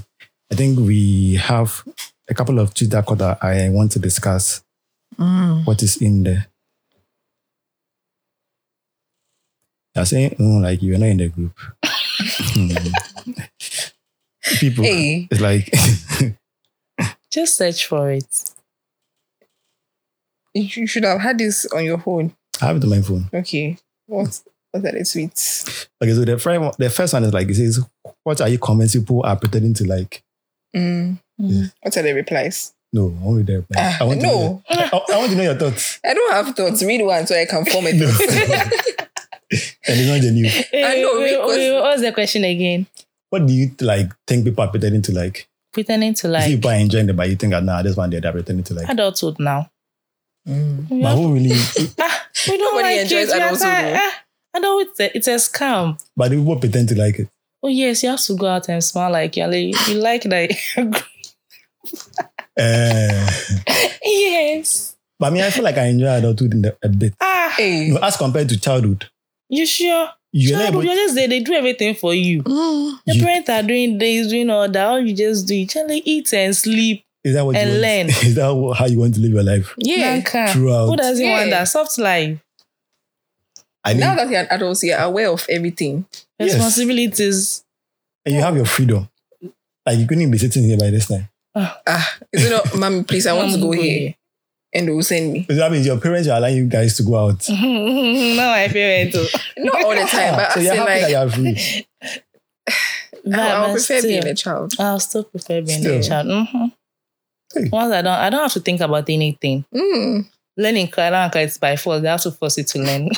Speaker 1: I think we have a couple of tweets that caught our eye. I want to discuss
Speaker 2: Mm.
Speaker 1: what is in there. They're saying, "Mm, like you're not in the group. *laughs* Hmm. People,
Speaker 2: Hey,
Speaker 1: it's like, *laughs*
Speaker 3: just search for it.
Speaker 2: you you should have had this on your phone.
Speaker 1: I have it on my phone.
Speaker 2: Okay. What? What are the tweets?
Speaker 1: Okay, so the, fir- the first one is like, it says, What are you convincing people are pretending to like?
Speaker 2: Mm.
Speaker 3: Mhm.
Speaker 2: What are the replies?
Speaker 1: No, I want to read the reply.
Speaker 2: Ah,
Speaker 1: I want, to know
Speaker 2: no,
Speaker 1: the- I, I want to know your
Speaker 2: *laughs*
Speaker 1: thoughts.
Speaker 2: I don't have thoughts. Read one so I can form it.
Speaker 1: *laughs* No. And it's not genuine.
Speaker 2: I know,
Speaker 3: Wait, wait,
Speaker 2: because-
Speaker 3: wait, what was the question again?
Speaker 1: What do you like think people are pretending to like?
Speaker 3: Pretending to
Speaker 1: If
Speaker 3: like
Speaker 1: you buy enjoying them, but you think, ah, nah, this one they're pretending to like.
Speaker 3: adulthood now.
Speaker 2: Mm.
Speaker 1: But who really?
Speaker 3: Ah, we don't
Speaker 2: Nobody
Speaker 3: like
Speaker 2: enjoys
Speaker 3: it. We are
Speaker 2: adulthood,
Speaker 3: tired.
Speaker 2: though.
Speaker 3: Ah, adult, it's a, it's a scam.
Speaker 1: but the people pretend to like it.
Speaker 3: Oh yes, you have to go out and smile like you're like, you like that. *laughs*
Speaker 1: Eh,
Speaker 3: yes.
Speaker 1: but I mean, I feel like I enjoy adulthood in the, a bit.
Speaker 3: Ah,
Speaker 2: Hey.
Speaker 1: No, as compared to childhood,
Speaker 3: you sure?
Speaker 1: you're not
Speaker 3: Childhood,
Speaker 1: able.
Speaker 3: you're just there. They do everything for you.
Speaker 2: Mm.
Speaker 3: Your
Speaker 1: You-
Speaker 3: parents are doing this, doing all that. All you just do, you just like eat and sleep.
Speaker 1: Is that what
Speaker 3: and
Speaker 1: you want?
Speaker 3: learn.
Speaker 1: *laughs* Is that wha- how you want to live your life
Speaker 2: Yeah.
Speaker 3: Nanka. Who
Speaker 1: throughout?
Speaker 3: doesn't want
Speaker 2: Yeah.
Speaker 3: that? Soft life,
Speaker 1: I think,
Speaker 2: Now that you're an adult, you're aware of everything.
Speaker 1: Yes.
Speaker 3: responsibilities.
Speaker 1: and you have your freedom. Like you couldn't be sitting here by this time.
Speaker 2: Ah, is it not, mommy? Please, I want to go here, and they will send me.
Speaker 1: So that means your parents are allowing you guys to go out.
Speaker 3: *laughs* now I feel it too.
Speaker 2: Not all the time,
Speaker 1: Ah,
Speaker 2: but
Speaker 1: so
Speaker 2: I
Speaker 1: you're
Speaker 2: feel
Speaker 1: happy that
Speaker 2: like
Speaker 1: you're free.
Speaker 3: But
Speaker 2: I, I would prefer
Speaker 3: still,
Speaker 2: being a child.
Speaker 3: I'll still prefer being a
Speaker 1: Still.
Speaker 3: child. Mhm.
Speaker 1: Hey.
Speaker 3: Once I don't, I don't have to think about anything.
Speaker 2: Mm.
Speaker 3: Learning Kalanka it's by force. They have to force you to learn.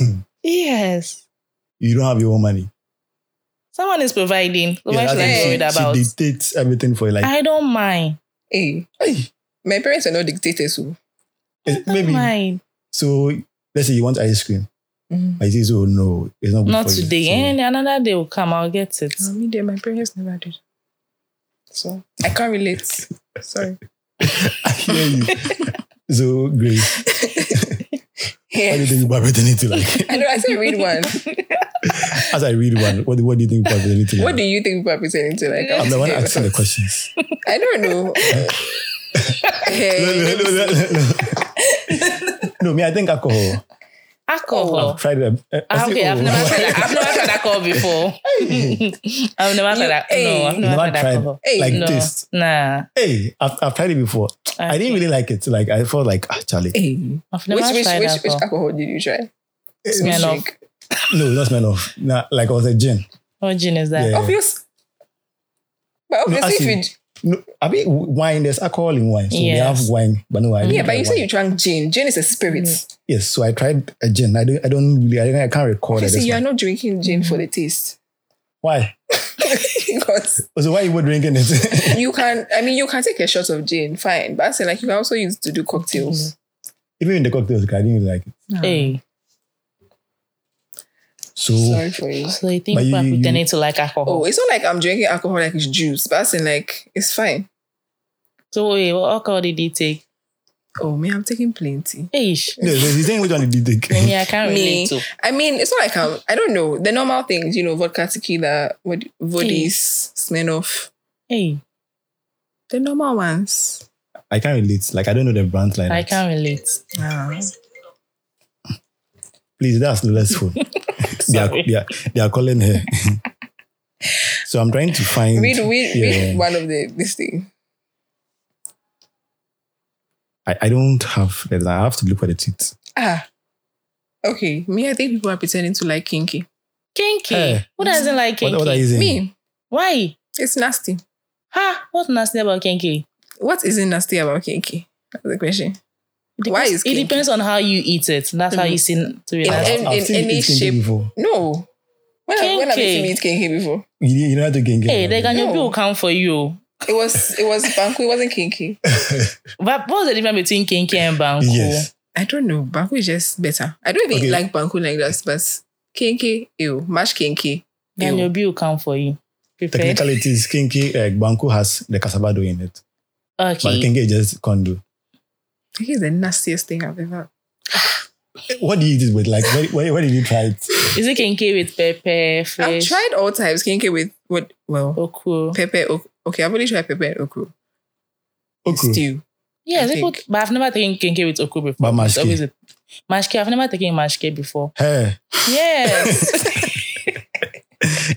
Speaker 1: *laughs*
Speaker 3: *laughs* yes,
Speaker 1: You don't have your own money.
Speaker 3: someone is providing. So why
Speaker 1: that's
Speaker 3: should
Speaker 1: what
Speaker 3: I
Speaker 2: it.
Speaker 3: be
Speaker 1: she,
Speaker 3: worried about? Ah,
Speaker 1: she dictates everything for you. Like
Speaker 3: I don't mind.
Speaker 2: Hey,
Speaker 1: hey,
Speaker 2: my parents are not dictators. oh. So.
Speaker 1: eh,
Speaker 3: I don't
Speaker 1: maybe
Speaker 3: mind.
Speaker 1: So let's say you want ice cream.
Speaker 2: Mm-hmm.
Speaker 1: I say, oh no, it's not good
Speaker 3: Not
Speaker 1: for you."
Speaker 3: today.
Speaker 1: So-
Speaker 3: And another day will come. I'll get it.
Speaker 2: Oh, me dear, my parents never did. So I can't relate. *laughs* Sorry.
Speaker 1: *laughs* I hear you. so Grace, why do you think about paternity? Like *laughs*
Speaker 2: I know I said read one.
Speaker 1: as I read one, what, do- what do you think about paternity?
Speaker 2: What do you think people are pretending to like?
Speaker 1: I'm
Speaker 2: *laughs*
Speaker 1: the one
Speaker 2: Okay.
Speaker 1: asking the
Speaker 3: *laughs*
Speaker 1: questions.
Speaker 2: I don't know.
Speaker 1: *laughs* no, no,
Speaker 2: hey,
Speaker 1: no, no, no, no.
Speaker 3: *laughs*
Speaker 1: No, me, I think alcohol.
Speaker 2: Oh.
Speaker 3: Alcohol.
Speaker 1: I've tried them. Uh, I
Speaker 3: Ah,
Speaker 1: say,
Speaker 3: okay, I've
Speaker 1: oh,
Speaker 3: never tried. I've never tried
Speaker 1: *laughs*
Speaker 3: alcohol before. I've never
Speaker 2: You-
Speaker 3: tried that.
Speaker 2: hey.
Speaker 3: No, I've
Speaker 1: You
Speaker 3: never
Speaker 1: never
Speaker 3: tried alcohol.
Speaker 1: tried
Speaker 2: *laughs* Hey.
Speaker 1: like
Speaker 3: no,
Speaker 1: this.
Speaker 3: nah.
Speaker 1: Hey, I've, I've tried it before. I didn't
Speaker 3: Okay.
Speaker 1: really like it. Like I felt like ah, Charlie.
Speaker 2: hey.
Speaker 3: I've never
Speaker 2: Which which
Speaker 3: tried
Speaker 2: which, which
Speaker 3: alcohol.
Speaker 2: alcohol did you try?
Speaker 3: Smirnoff.
Speaker 2: drink.
Speaker 1: Eh, No, that's man off. Nah, like I was a gin.
Speaker 3: What gin is that?
Speaker 1: Yeah.
Speaker 2: Obvious. But
Speaker 1: No,
Speaker 2: obviously,
Speaker 1: as in-
Speaker 2: if
Speaker 1: No, I mean w- wine. There's alcohol in wine, so
Speaker 3: Yes.
Speaker 1: we have wine, but no, I
Speaker 2: you
Speaker 1: didn't
Speaker 2: yeah, but
Speaker 1: try
Speaker 2: you say
Speaker 1: wine.
Speaker 2: you drank gin. Gin is a spirit.
Speaker 1: yes. So I tried a gin. I don't. I don't really. I, don't, I can't recall
Speaker 2: You
Speaker 1: it.
Speaker 2: see,
Speaker 1: that's
Speaker 2: you
Speaker 1: why.
Speaker 2: are not drinking gin for the taste *laughs*
Speaker 1: why? Oh,
Speaker 2: because
Speaker 1: So why you were drinking it?
Speaker 2: you can. I mean, you can take a shot of gin, fine. But I say like you can also use to do cocktails.
Speaker 1: *laughs* Even in the cocktails, I didn't really like it.
Speaker 3: Hey,
Speaker 1: So
Speaker 2: Sorry for you.
Speaker 3: so you think
Speaker 1: But
Speaker 3: people are
Speaker 1: you- you-
Speaker 3: pretending to like alcohol?
Speaker 2: Mm. Oh, it's not like I'm drinking alcohol like it's juice, but I say like it's fine.
Speaker 3: So wait, what alcohol did they take?
Speaker 2: Oh me, I'm taking plenty.
Speaker 3: Hey,
Speaker 1: no, he's saying which one did you take?
Speaker 3: me, I can't
Speaker 2: *laughs* Me.
Speaker 3: relate to.
Speaker 2: I mean, it's not like I'm. I don't know the normal things, you know, vodka, tequila, what, vodis, Smirnoff,
Speaker 3: Hey,
Speaker 2: the normal ones.
Speaker 1: *laughs* I can't relate. Like I don't know the brand like
Speaker 3: I
Speaker 1: that.
Speaker 3: can't relate.
Speaker 1: Please, that's less
Speaker 2: *laughs*
Speaker 1: food. they, are,
Speaker 3: Sorry.
Speaker 1: they, are, they are calling her. so I'm trying to find.
Speaker 2: Read, read,
Speaker 1: Yeah.
Speaker 2: read one of the this thing.
Speaker 1: I, I don't have. that. I have to look for the tweet.
Speaker 2: Ah, okay. Me, I think people are pretending to like kinky.
Speaker 3: Kinky.
Speaker 1: Eh.
Speaker 3: Who doesn't like
Speaker 1: What,
Speaker 3: kinky?
Speaker 1: what are you saying?
Speaker 2: Me,
Speaker 3: Why?
Speaker 2: it's nasty.
Speaker 3: Ha! What's nasty about kinky?
Speaker 2: What isn't nasty about kinky? That's the question.
Speaker 3: It
Speaker 2: Why
Speaker 3: depends-
Speaker 2: is
Speaker 3: it
Speaker 2: kinky?
Speaker 3: depends on how you eat it? That's how
Speaker 2: Mhm.
Speaker 3: you seem to
Speaker 1: I've-
Speaker 3: realize.
Speaker 2: In-
Speaker 1: I've seen
Speaker 2: any
Speaker 1: it kinky
Speaker 2: shape.
Speaker 1: before.
Speaker 2: No. When, I, when have you
Speaker 3: Kinky.
Speaker 2: seen me eat kinky before?
Speaker 1: You, you know how to kinky.
Speaker 3: Hey, the Ghanaian
Speaker 2: No.
Speaker 3: people come for you.
Speaker 2: It was it was banku. It wasn't kinky.
Speaker 3: But what's the difference between kinky and banku?
Speaker 1: Yes.
Speaker 2: I don't know. Banku is just better. I don't even
Speaker 1: Okay.
Speaker 2: like banku like that, but kinky, ew, mash kinky.
Speaker 3: Then your
Speaker 2: Ew.
Speaker 3: bill will come for you. Prepared.
Speaker 1: Technically, it is kinky. Like Banku has the casabado in it, but
Speaker 3: Okay.
Speaker 1: kinky is just condo.
Speaker 2: Kinky is the nastiest thing I've ever.
Speaker 1: What do you eat it with? Like, where, where, where did you try it?
Speaker 3: Is it kinky with pepper,
Speaker 2: I've
Speaker 3: fish,
Speaker 2: tried all types. Kinky with what? Well,
Speaker 3: okro?
Speaker 2: pepper. ok- Okay, I've only tried pepper and okru.
Speaker 1: Okro.
Speaker 2: Stew.
Speaker 3: Yeah,
Speaker 2: I
Speaker 3: people,
Speaker 2: think.
Speaker 3: but I've never taken kinky with okro before.
Speaker 1: But
Speaker 3: It's
Speaker 1: mashke?
Speaker 3: always a- Mashke, I've never taken mashke before.
Speaker 1: Hey,
Speaker 2: *laughs*
Speaker 3: Yes.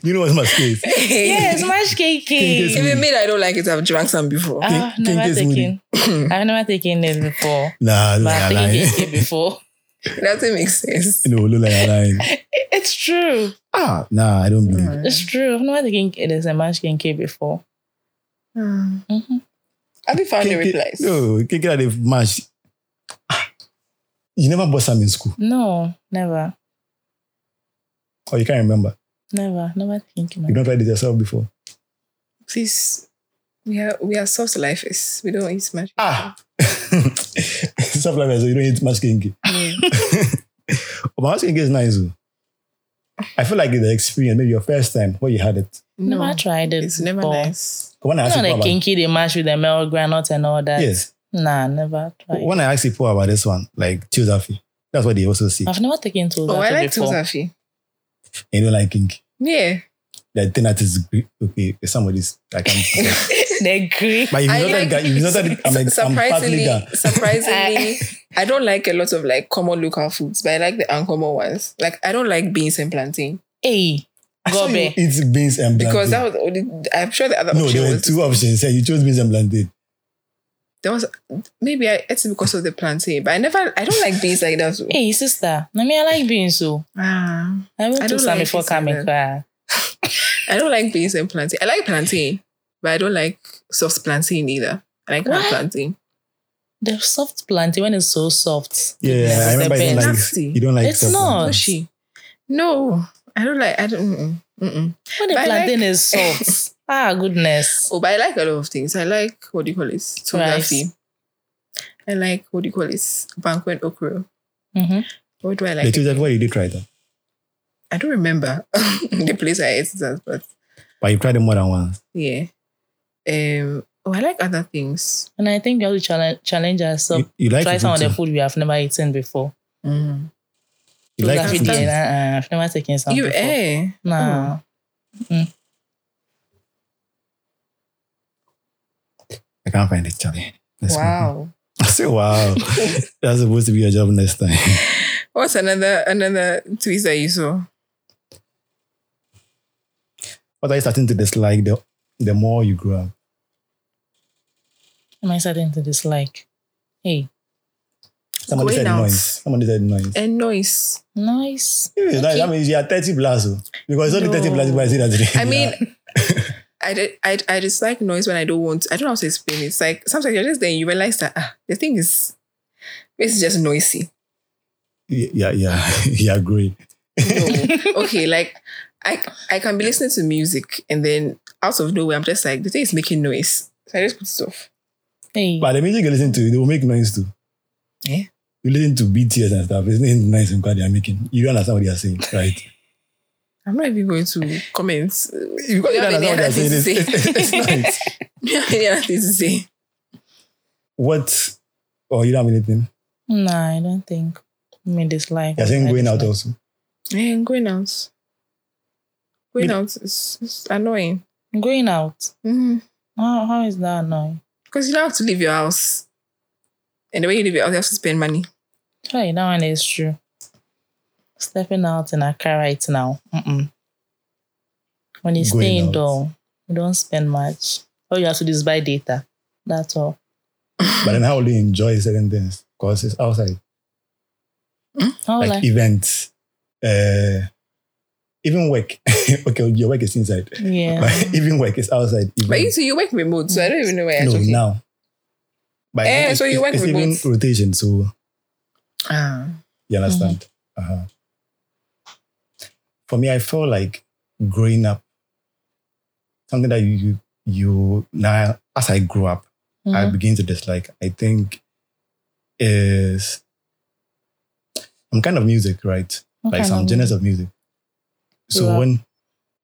Speaker 1: you know what's my space?
Speaker 2: *laughs*
Speaker 3: yes, mashke
Speaker 1: Kinky
Speaker 3: kinky.
Speaker 1: is-
Speaker 2: Even me, that I don't like it. I've drank some before.
Speaker 3: I've
Speaker 1: Kin-
Speaker 3: never
Speaker 1: kinky
Speaker 3: taken.
Speaker 2: that
Speaker 3: *coughs* I've never taken it before.
Speaker 1: Nah, look
Speaker 3: But
Speaker 1: like
Speaker 3: I've
Speaker 1: a
Speaker 3: taken
Speaker 1: line.
Speaker 3: kinky
Speaker 2: *laughs*
Speaker 3: before. *laughs*
Speaker 2: doesn't make
Speaker 1: *laughs*
Speaker 2: sense.
Speaker 1: No, look like a line.
Speaker 3: It- It's true.
Speaker 1: Ah, nah, I don't believe. it.
Speaker 3: It's true. I've never taken it as a mashke kinky before.
Speaker 2: Hmm.
Speaker 3: hmm
Speaker 2: Have you found the
Speaker 1: Kinky-
Speaker 2: replies?
Speaker 1: No, kinky that they've mashed. Ah. You never bought some in school,
Speaker 3: No, never.
Speaker 1: or you can't remember.
Speaker 3: Never. Never taken
Speaker 1: You don't tried it yourself before.
Speaker 2: Please, we are we are soft lifers. We don't eat much.
Speaker 1: Ah. *laughs* Stuff like that, so you don't eat much kinky. *laughs* But much kinky is nice. Though. I feel like the experience, maybe your first time when you had it.
Speaker 3: Never tried it.
Speaker 2: It's never
Speaker 3: before.
Speaker 2: nice.
Speaker 1: 'Cause When I asked
Speaker 3: You
Speaker 1: you
Speaker 3: know the
Speaker 1: about
Speaker 3: kinky they mash with the milk, granite and all that.
Speaker 1: yes,
Speaker 3: Nah, never tried.
Speaker 1: when I asked people about this one, like Tuzafi, that's what they also see.
Speaker 3: I've never taken tozafi
Speaker 2: Oh, I like
Speaker 3: before.
Speaker 2: tozafi.
Speaker 1: They don't like kinky.
Speaker 2: Yeah.
Speaker 1: They think that is gre- okay. if Somebody's like,
Speaker 2: *laughs*
Speaker 1: I'm,
Speaker 3: They're great.
Speaker 1: but if
Speaker 2: I
Speaker 1: you know
Speaker 2: like-
Speaker 1: that, if you know that, I'm, like, I'm partly *laughs*
Speaker 2: surprisingly,
Speaker 1: down.
Speaker 2: surprisingly, I don't like a lot of like common local foods, but I like the uncommon ones. Like I don't like beans and plantain
Speaker 3: Hey,
Speaker 1: I saw you
Speaker 3: Gobe.
Speaker 1: eat beans and plantain.
Speaker 2: because that was the only. I'm sure the other
Speaker 1: no,
Speaker 2: option
Speaker 1: there were
Speaker 2: was
Speaker 1: two options. Yeah, you chose beans and plantain.
Speaker 2: there was maybe I ate it because of the plantain, but I never. I don't like beans like that.
Speaker 3: *laughs*
Speaker 2: so-
Speaker 3: hey, sister. I mean, I like beans, so
Speaker 2: Ah,
Speaker 3: I went
Speaker 2: I
Speaker 3: to
Speaker 2: don't
Speaker 3: some
Speaker 2: like
Speaker 3: before
Speaker 2: this either.
Speaker 3: coming cry.
Speaker 2: I don't like beans and plantain. I like plantain, but I don't like soft plantain either. I like hard
Speaker 3: What?
Speaker 2: plantain.
Speaker 3: The soft plantain when it's so soft.
Speaker 1: Yeah,
Speaker 3: It's
Speaker 1: I remember
Speaker 3: the
Speaker 1: you don't
Speaker 3: best.
Speaker 1: like
Speaker 2: Nasty.
Speaker 1: you don't like
Speaker 3: It's
Speaker 1: stuff like
Speaker 3: not.
Speaker 1: that.
Speaker 2: Mushy. No, I don't like. I don't. Mm-mm, mm-mm.
Speaker 3: When the
Speaker 2: But I
Speaker 3: plantain
Speaker 2: like- *laughs*
Speaker 3: is soft. ah, goodness.
Speaker 2: Oh, but I like a lot of things. I like what do you call it? Togafi. I like what do you call it? Banquet okra.
Speaker 3: Mhm.
Speaker 2: What do I
Speaker 1: the
Speaker 2: like?
Speaker 1: tutor, what you did try that.
Speaker 2: I don't remember *laughs* the place I ate it at, but
Speaker 1: But you tried it more than once.
Speaker 2: yeah. Um, oh, I like other things.
Speaker 3: And I think we have to challenge, challenge ourselves.
Speaker 1: you, you like
Speaker 3: try
Speaker 1: the
Speaker 3: some of the
Speaker 1: food too.
Speaker 3: food we have never eaten before.
Speaker 2: Mm.
Speaker 1: You
Speaker 3: Food
Speaker 1: like
Speaker 3: that
Speaker 1: the
Speaker 3: we
Speaker 1: food
Speaker 3: did,
Speaker 1: too.
Speaker 3: uh-uh, I've never taken some
Speaker 2: You
Speaker 3: before.
Speaker 2: eh?
Speaker 3: Nah.
Speaker 1: I can't find it, Charlie. Let's go.
Speaker 2: Wow.
Speaker 1: *laughs* I say, wow. That's supposed to be your job next time. *laughs*
Speaker 2: What's another another tweet that you saw?
Speaker 1: What are you starting to dislike the, the more you grow up?
Speaker 3: Am I starting to dislike? Hey,
Speaker 1: Somebody
Speaker 2: Going
Speaker 1: said
Speaker 2: out.
Speaker 1: noise. Somebody said noise.
Speaker 2: And noise.
Speaker 3: nice.
Speaker 1: Yeah, that, that
Speaker 3: Okay.
Speaker 1: means you are 30 plus. oh. Because it's only 30 plus
Speaker 3: No.
Speaker 1: people I see that today. *laughs*
Speaker 2: I mean, *laughs* I did. I I dislike noise when I don't want. I don't know how to explain it. It's like sometimes you're just there. and You realize that ah, the thing is, it's just noisy.
Speaker 1: yeah, yeah, *laughs* yeah, yeah, great.
Speaker 2: *laughs* No. okay, like I I can be listening to music and then out of nowhere I'm just like the thing is making noise. So I just put it off.
Speaker 3: Hey,
Speaker 1: But the music you listen to, they will make noise too.
Speaker 2: Yeah.
Speaker 1: You listen to BTS and stuff, it's not nice and what they are making. You don't understand what they are saying, right?
Speaker 2: I'm not even going to comment.
Speaker 1: You
Speaker 2: *laughs* You have
Speaker 1: don't
Speaker 2: any
Speaker 1: understand what they are saying.
Speaker 2: other
Speaker 1: It's,
Speaker 2: things to
Speaker 1: it's, it's
Speaker 2: *laughs*
Speaker 1: nice.
Speaker 2: yeah, this is it.
Speaker 1: What? Oh, you don't have anything?
Speaker 3: nah, I don't think me dislike.
Speaker 1: You're saying
Speaker 3: I
Speaker 1: going out
Speaker 3: dislike.
Speaker 1: also.
Speaker 2: And going out, going
Speaker 1: Me-
Speaker 2: out is, is annoying.
Speaker 3: Going out.
Speaker 2: Mhm.
Speaker 3: How, how is that annoying?
Speaker 2: Because you don't have to leave your house. And the way you leave your house, you have to spend money.
Speaker 3: Hey, that one is true. Stepping out in a car right now. Mm-mm. When you stay
Speaker 1: Going out.
Speaker 3: indoor, you don't spend much. All you have to do is buy data. That's all.
Speaker 1: But then how will you enjoy certain things? Because it's outside.
Speaker 3: How
Speaker 2: Oh,
Speaker 1: like,
Speaker 3: like,
Speaker 1: events, uh, even work. *laughs* okay, your work is inside.
Speaker 3: yeah.
Speaker 1: But *laughs* even work is outside.
Speaker 2: But you
Speaker 1: Even,
Speaker 2: two, you work remote, so I don't even know where
Speaker 1: no,
Speaker 2: you're talking.
Speaker 1: now. But
Speaker 2: Eh,
Speaker 1: it's-
Speaker 2: so you
Speaker 1: it's-
Speaker 2: work
Speaker 1: it's even
Speaker 2: remote.
Speaker 1: rotation, so
Speaker 2: Ah.
Speaker 1: You understand? Uh-huh. For me, I felt like growing up, something that you you now as I grew up, I
Speaker 3: Mhm.
Speaker 1: begin to dislike. I think is some kind of music, right?
Speaker 3: What
Speaker 1: like
Speaker 3: kind
Speaker 1: some
Speaker 3: of
Speaker 1: genres of music. So
Speaker 3: Yeah.
Speaker 1: when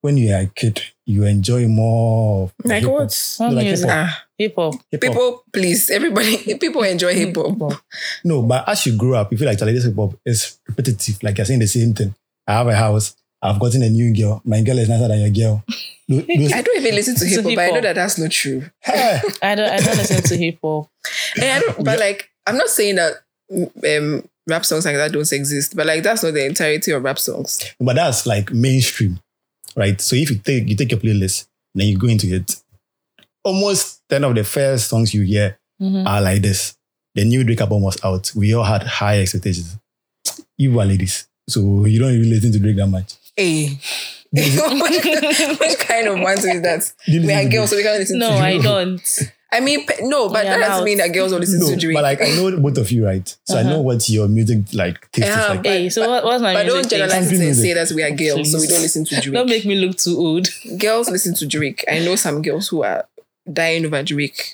Speaker 1: when you are a kid, you enjoy more of
Speaker 2: Like
Speaker 1: hip-hop.
Speaker 2: what?
Speaker 1: No,
Speaker 3: What
Speaker 1: like
Speaker 3: music?
Speaker 1: hip-hop.
Speaker 2: Ah.
Speaker 3: Hip hop.
Speaker 1: Hip-hop.
Speaker 2: People, please, everybody, *laughs* people enjoy hip hop.
Speaker 1: No, but as you grow up, you feel like Charlie, this hip hop is repetitive. Like you're saying the same thing. I have a house. I've gotten a new girl. My girl is nicer than your girl. Tho- those-
Speaker 2: I don't even listen to
Speaker 3: It's
Speaker 2: hip hop, but I know
Speaker 3: hip-hop.
Speaker 2: that that's not true.
Speaker 1: Hey!
Speaker 3: I don't. I don't listen to hip hop.
Speaker 2: And I don't, but like, I'm not saying that um, rap songs like that don't exist, but like, that's not the entirety of rap songs.
Speaker 1: but that's like mainstream, right? So if you take you take your playlist, then you go into it. Almost ten of the first songs you hear
Speaker 3: Mhm.
Speaker 1: are like this. The new Drake album was out. We all had high expectations. You are ladies, so you don't really listen to Drake that much.
Speaker 2: Hey. *laughs* Which kind of mantra is that?
Speaker 1: Do you
Speaker 2: We
Speaker 1: listen
Speaker 2: are
Speaker 1: to
Speaker 2: girls, so we can't listen
Speaker 3: No,
Speaker 2: to
Speaker 3: I don't.
Speaker 2: I mean, pe- no, but
Speaker 3: We
Speaker 2: that
Speaker 3: are
Speaker 2: doesn't
Speaker 3: out.
Speaker 2: mean that girls don't listen
Speaker 1: Drake?
Speaker 2: to
Speaker 1: No,
Speaker 2: Drake.
Speaker 1: but like I know both of you, right? So I
Speaker 3: Uh-huh.
Speaker 1: know what your music like taste is
Speaker 2: Yeah,
Speaker 1: like.
Speaker 2: But-
Speaker 3: hey, so what, what's my
Speaker 2: But
Speaker 3: music?
Speaker 2: don't generalize
Speaker 3: taste?
Speaker 2: it and
Speaker 1: Music.
Speaker 2: say that we are girls, so we don't listen to
Speaker 3: Don't
Speaker 2: Drake.
Speaker 3: make me look too old.
Speaker 2: girls listen to Drake. I know some girls who are dying over Drake.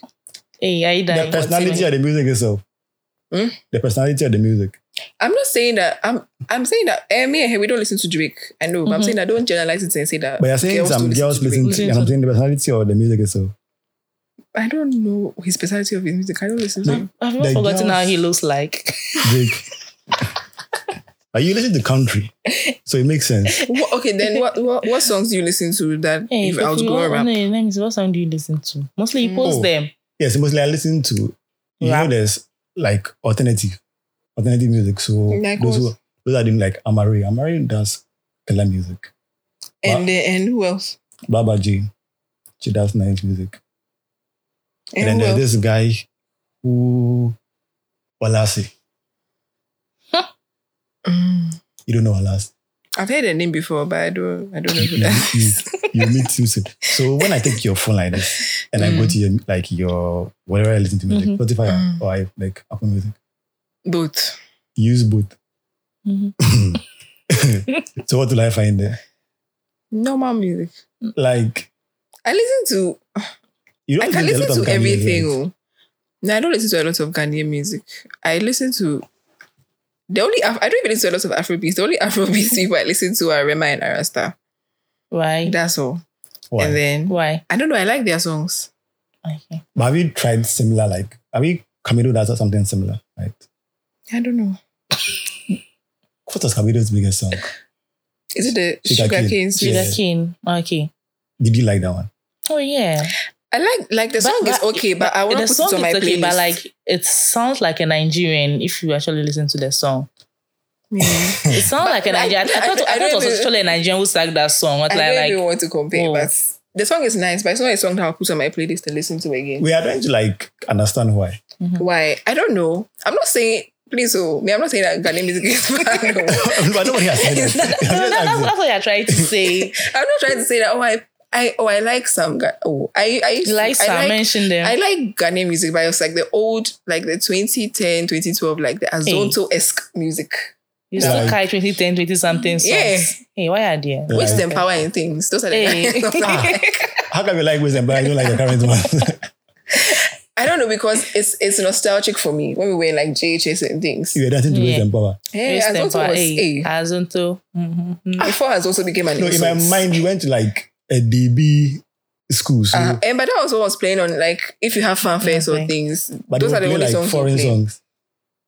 Speaker 3: Hey, I die.
Speaker 1: the personality of the music itself.
Speaker 2: Hmm?
Speaker 1: The personality of the music.
Speaker 2: I'm not saying that I'm I'm saying that eh, me and her, we don't listen to Drake. I know, but I'm
Speaker 3: Mhm.
Speaker 2: saying that don't generalize it and say that
Speaker 1: But you're saying some
Speaker 2: don't
Speaker 1: girls listen
Speaker 2: Drake.
Speaker 1: to,
Speaker 3: Drake.
Speaker 1: and I'm saying the personality of the music itself.
Speaker 2: I don't know his personality of his music. I don't listen to him.
Speaker 3: I've
Speaker 1: The
Speaker 3: not forgotten how
Speaker 1: girls-
Speaker 3: he looks like.
Speaker 1: Drake. Like you listen to country, so it makes sense.
Speaker 2: Wha- okay, then what, what what songs do you listen to that
Speaker 3: Hey,
Speaker 2: if I was
Speaker 3: Kofi,
Speaker 2: growing
Speaker 3: what-
Speaker 2: up? Hmm.
Speaker 3: no, let me see. What song do you listen to? Mostly he posts
Speaker 1: Oh.
Speaker 3: them.
Speaker 1: Yes, mostly I listen to. You
Speaker 3: Rap.
Speaker 1: know, there's like alternative, alternative music. So
Speaker 2: Like
Speaker 1: those who
Speaker 2: what?
Speaker 1: those are doing like Amari, Amari does killer music.
Speaker 2: And then and who else?
Speaker 1: Baba G, she does nice music. And, then
Speaker 2: And, who else?
Speaker 1: there's this guy who Walasi.
Speaker 2: Mm.
Speaker 1: You don't know Walasi.
Speaker 2: I've heard the name before, but I don't I don't know
Speaker 1: *laughs*
Speaker 2: who
Speaker 1: You-
Speaker 2: that
Speaker 1: you-
Speaker 2: is.
Speaker 1: you meet you soon. So when I take your phone like this and I go
Speaker 2: Mm.
Speaker 1: to your like your whatever I listen to music,
Speaker 3: Mhm.
Speaker 1: Spotify
Speaker 2: Mm.
Speaker 1: or I like Apple Music,
Speaker 2: Both.
Speaker 1: use both. Mm-hmm.
Speaker 3: Mhm.
Speaker 1: *laughs* so what will I find there?
Speaker 2: normal music.
Speaker 1: Like
Speaker 2: I listen to
Speaker 1: you don't
Speaker 2: I can
Speaker 1: a lot
Speaker 2: listen
Speaker 1: of
Speaker 2: to
Speaker 1: Ghanaian
Speaker 2: everything.
Speaker 1: music.
Speaker 2: oh. No, I don't listen to a lot of Ghanaian music. I listen to The only Af- I don't even listen to a lot of Afro beats. The only *laughs* Afro beats people I listen to are Rema and Arasta.
Speaker 3: Why?
Speaker 2: That's all.
Speaker 1: Why?
Speaker 2: And then
Speaker 3: Why?
Speaker 2: I don't know. I like their songs.
Speaker 3: Okay.
Speaker 1: But have you tried similar? Like, have you Kamido does something similar? Right?
Speaker 2: I don't know.
Speaker 1: What was Kamido's biggest song?
Speaker 2: Is it the
Speaker 1: Sugar
Speaker 2: sugar,
Speaker 1: cane.
Speaker 2: cane? Sweet?
Speaker 1: Yeah.
Speaker 3: Sugar cane. Okay.
Speaker 1: Did you like that one?
Speaker 3: Oh yeah.
Speaker 2: I like like the
Speaker 3: But-
Speaker 2: song is
Speaker 3: but-
Speaker 2: okay, but, I want
Speaker 3: the
Speaker 2: to put it
Speaker 3: song
Speaker 2: on my
Speaker 3: is okay,
Speaker 2: playlist.
Speaker 3: but
Speaker 2: *laughs*
Speaker 3: like it sounds like a Nigerian if you actually listen to the song. *laughs*
Speaker 2: Yeah.
Speaker 3: It
Speaker 1: *laughs*
Speaker 3: sounds like a
Speaker 2: I-
Speaker 3: Nigerian. I,
Speaker 2: I-
Speaker 3: thought, I,
Speaker 2: I
Speaker 3: thought it
Speaker 2: don't
Speaker 3: was
Speaker 2: even-
Speaker 3: actually a Nigerian who sang that song. What
Speaker 2: I
Speaker 3: like,
Speaker 2: don't
Speaker 3: like
Speaker 2: even want to compare,
Speaker 3: oh.
Speaker 2: but the song is nice, but it's not a song that I'll put on my playlist and listen to again.
Speaker 1: We are trying to like understand why. *laughs*
Speaker 2: Why? I don't know. I'm not saying please oh me, I'm not saying that Ghanaian music is *laughs* bad. no.
Speaker 1: but nobody has said that.
Speaker 2: *laughs*
Speaker 3: no, that, that's, that's what you're trying to say.
Speaker 2: I'm not trying to say that oh I I oh I like some Ga- oh I I used
Speaker 3: You
Speaker 2: to-
Speaker 3: like
Speaker 2: I
Speaker 3: some, mention them.
Speaker 2: I like Ghanaian music, but it's like the old, like the 2010, 2012, like the Azonto-esque music.
Speaker 3: you still
Speaker 1: Like-
Speaker 3: carry 2010, 20 something songs.
Speaker 2: Yeah.
Speaker 3: Hey, why are there?
Speaker 1: Yeah.
Speaker 2: Waste
Speaker 1: Like-
Speaker 2: and power and things. Those are the
Speaker 3: Hey. *laughs*
Speaker 1: Ah. How come you like Wisdom, but I don't like the current one? *laughs*
Speaker 2: I don't know because it's it's nostalgic for me when we were in like JHS and things.
Speaker 1: you were dancing to
Speaker 3: Yeah.
Speaker 1: Wisdom Power.
Speaker 2: Yeah, Azonto was hey.
Speaker 3: Azonto. Mm-hmm.
Speaker 2: Before Azonto became an
Speaker 1: No, in my
Speaker 2: insult.
Speaker 1: mind, you went to like a DB school, so
Speaker 2: Uh, and but that was what was playing on like if you have fanfares or
Speaker 3: Okay.
Speaker 2: things.
Speaker 1: but
Speaker 2: those
Speaker 1: they
Speaker 2: are
Speaker 1: were
Speaker 2: the
Speaker 1: playing
Speaker 2: only
Speaker 1: like
Speaker 2: songs. we
Speaker 1: foreign
Speaker 2: play.
Speaker 1: songs.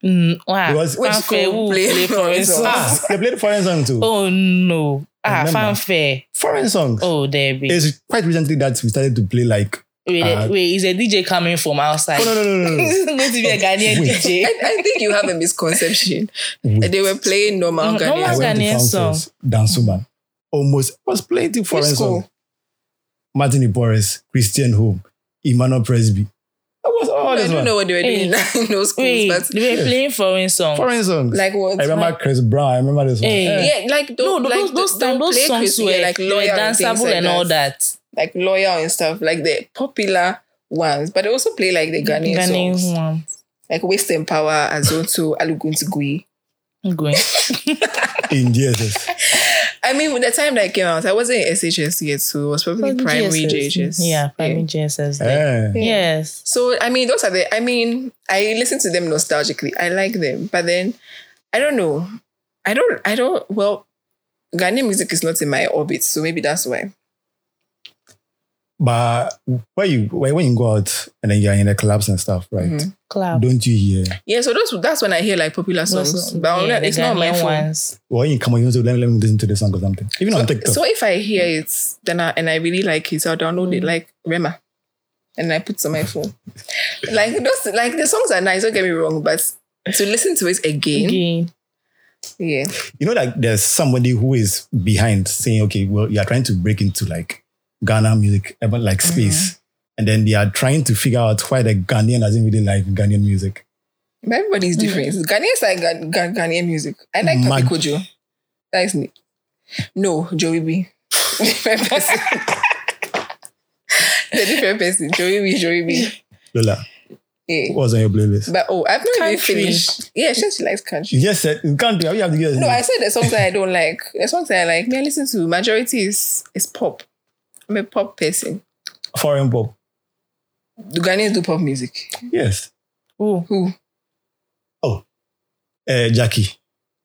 Speaker 3: Mm, wow.
Speaker 1: Because-
Speaker 2: Which
Speaker 3: Fanfare
Speaker 2: school
Speaker 3: who
Speaker 2: play
Speaker 3: play
Speaker 2: foreign
Speaker 3: foreign
Speaker 2: songs?
Speaker 3: songs.
Speaker 1: Ah, they played foreign songs too.
Speaker 3: Oh no.
Speaker 1: I
Speaker 3: Ah,
Speaker 1: remember.
Speaker 3: fanfare.
Speaker 1: Foreign songs.
Speaker 3: Oh, Debbie.
Speaker 1: It's quite recently that we started to play like.
Speaker 3: Wait,
Speaker 1: Uh,
Speaker 3: wait, is a DJ coming from outside?
Speaker 1: Oh, no, no, no,
Speaker 2: *laughs*
Speaker 1: no, no.
Speaker 3: *laughs* It's not to be a Ghanaian
Speaker 1: Wait.
Speaker 3: DJ.
Speaker 2: I, I think you have a misconception.
Speaker 1: Wait.
Speaker 2: they were playing normal
Speaker 3: Mm, normal
Speaker 1: I
Speaker 2: Ghanaian.
Speaker 1: went
Speaker 3: Ghanaian.
Speaker 1: to
Speaker 3: Ghanaian song.
Speaker 1: Fountains, Dance Woman. Almost was playing the foreign
Speaker 2: school?
Speaker 1: songs. Martin Boris, Christian Home, Emmanuel Presby. That was all
Speaker 2: I
Speaker 1: this
Speaker 2: don't
Speaker 1: one.
Speaker 2: know what they were doing *laughs* in those schools,
Speaker 3: Wait,
Speaker 2: but
Speaker 3: they were playing foreign songs.
Speaker 1: Foreign songs.
Speaker 2: like Eh. what?
Speaker 1: I remember Chris Brown. I remember this one.
Speaker 3: Hey.
Speaker 1: Yeah.
Speaker 2: yeah, like
Speaker 3: no,
Speaker 2: don't,
Speaker 3: no,
Speaker 2: like,
Speaker 3: those, those,
Speaker 2: don't
Speaker 3: time, those
Speaker 2: play
Speaker 3: songs
Speaker 2: Chrissy,
Speaker 3: were,
Speaker 2: yeah, like
Speaker 3: like
Speaker 2: loyal and things
Speaker 3: danceable
Speaker 2: like
Speaker 3: and all that.
Speaker 2: like lawyer and stuff, like the popular ones. But they also play like the Ghanaian,
Speaker 3: Ghanaian hmm.
Speaker 2: songs,
Speaker 3: ones.
Speaker 2: like Waste and Power, Azonto, *laughs* Aluguntigui.
Speaker 3: I'm going.
Speaker 1: In GSS.
Speaker 2: *laughs* I mean, with the time that I came out, I wasn't in SHS yet, so it was probably primary JHS.
Speaker 3: Yeah, primary JSS. there.
Speaker 1: Yeah.
Speaker 3: Yes.
Speaker 2: So I mean, those are the. I mean, I listen to them nostalgically. I like them, but then I don't know. I don't. I don't. Well, Ghanaian music is not in my orbit, so maybe that's why.
Speaker 1: But when you when when you go out and then you're in the clubs and stuff, right?
Speaker 2: Mhm.
Speaker 3: Club.
Speaker 1: Don't you hear?
Speaker 2: Yeah. So that's that's when I hear like popular songs,
Speaker 3: Those-
Speaker 2: but I'm
Speaker 3: yeah,
Speaker 2: not-
Speaker 3: the
Speaker 2: it's not on my
Speaker 3: Ghanaian
Speaker 2: phone.
Speaker 3: ones.
Speaker 1: When you come on, you say, let me, let me listen to the song or something. Even on TikTok.
Speaker 2: So if I hear it, then I, and I really like it, I'll download
Speaker 3: Mm.
Speaker 2: it like Rema, and I put it on my phone. like those, like the songs are nice. Don't get me wrong, but to listen to it again,
Speaker 3: Again.
Speaker 2: yeah,
Speaker 1: you know like there's somebody who is behind saying okay well you're trying to break into like ghana music urban like
Speaker 2: Mm-hmm.
Speaker 1: space and then they are trying to figure out why the ghanaian doesn't really like ghanaian music
Speaker 2: but everybody's different. Ghanaians like Ghan- Ghan- Ghanaian music. I like Papi
Speaker 1: Mag-
Speaker 2: Kojo. That's me. No, Joey B. different person. *laughs* the different person. Joey B. Joey B.
Speaker 1: lola
Speaker 2: Yeah.
Speaker 1: what was on your playlist
Speaker 2: But oh, I've not even
Speaker 3: Country.
Speaker 2: finished. Yeah, she, she likes country.
Speaker 1: you just said you can't do you have to get
Speaker 2: No, I said the songs that I don't like. The songs that I like, me, I listen to majority is is pop. I'm a pop person.
Speaker 1: foreign pop
Speaker 2: Do Ghanaians do pop music?
Speaker 1: yes
Speaker 3: Ooh.
Speaker 2: Who?
Speaker 1: uh, jackie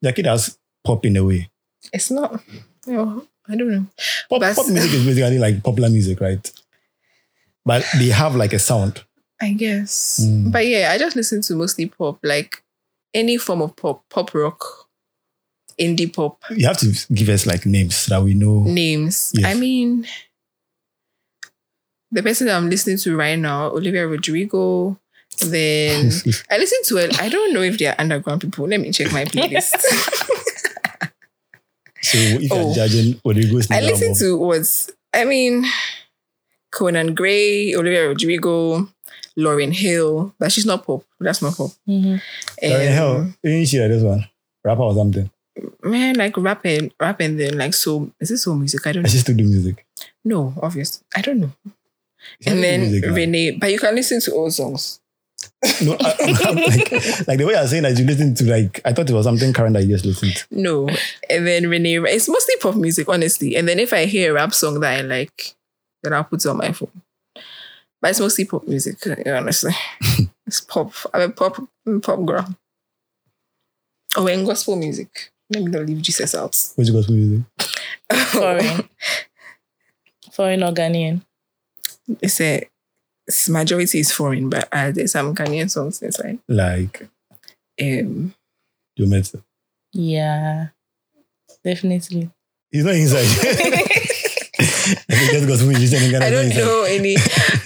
Speaker 1: jackie does pop in a way
Speaker 2: It's not. No, I don't know.
Speaker 1: pop,
Speaker 2: That's-
Speaker 1: pop music is basically like popular music right but they have like a sound
Speaker 2: I guess.
Speaker 1: Mm.
Speaker 2: But yeah, I just listen to mostly pop, like any form of pop, pop rock, indie pop
Speaker 1: you have to give us like names so that we know
Speaker 2: names.
Speaker 1: Yes.
Speaker 2: I mean, the person that I'm listening to right now, Olivia Rodrigo.
Speaker 1: *laughs*
Speaker 2: Then I listen to it. I don't know if they are underground people. Let me check
Speaker 1: *laughs*
Speaker 2: my playlist.
Speaker 1: so if you're
Speaker 2: Oh.
Speaker 1: judging Origo's
Speaker 2: I
Speaker 1: new
Speaker 2: listened
Speaker 1: album,
Speaker 2: to was I mean Conan Gray, Olivia Rodrigo, Lauren Hill, but she's not pop. That's not pop. *laughs*
Speaker 3: Mhm.
Speaker 1: Lauren
Speaker 2: Um,
Speaker 1: Hill, isn't she like this one? Rapper or something?
Speaker 2: Man, like rapping, rapping then like soul. Is it soul music? I don't
Speaker 1: I
Speaker 2: know.
Speaker 1: just to do music.
Speaker 2: No, obvious. I don't know.
Speaker 1: She doesn't do
Speaker 2: And then
Speaker 1: music, man.
Speaker 2: Renee, but you can listen to old songs.
Speaker 1: no, I, I'm like, like the way I was saying that you listen to like I thought it was something current that you just listened to.
Speaker 2: No. And then Renee, it's mostly pop music, honestly. And then if I hear a rap song that I like, then I'll put it on my phone. But it's mostly pop music, *laughs* honestly. it's pop. I'm a pop, I'm a pop girl. Oh, and gospel music. Let me not leave Jesus out.
Speaker 1: Which gospel music?
Speaker 2: Oh. *laughs*
Speaker 3: Foreign. Foreign or Ghanaian.
Speaker 2: it's a it's majority is foreign, but uh, there's some Ghanaian songs inside.
Speaker 1: Like
Speaker 2: Um,
Speaker 1: you met.
Speaker 3: Yeah. Definitely.
Speaker 1: He's not inside. *laughs* I think that's gospel music. in Ghana,
Speaker 2: I
Speaker 1: he's not
Speaker 2: don't
Speaker 1: inside.
Speaker 2: know any.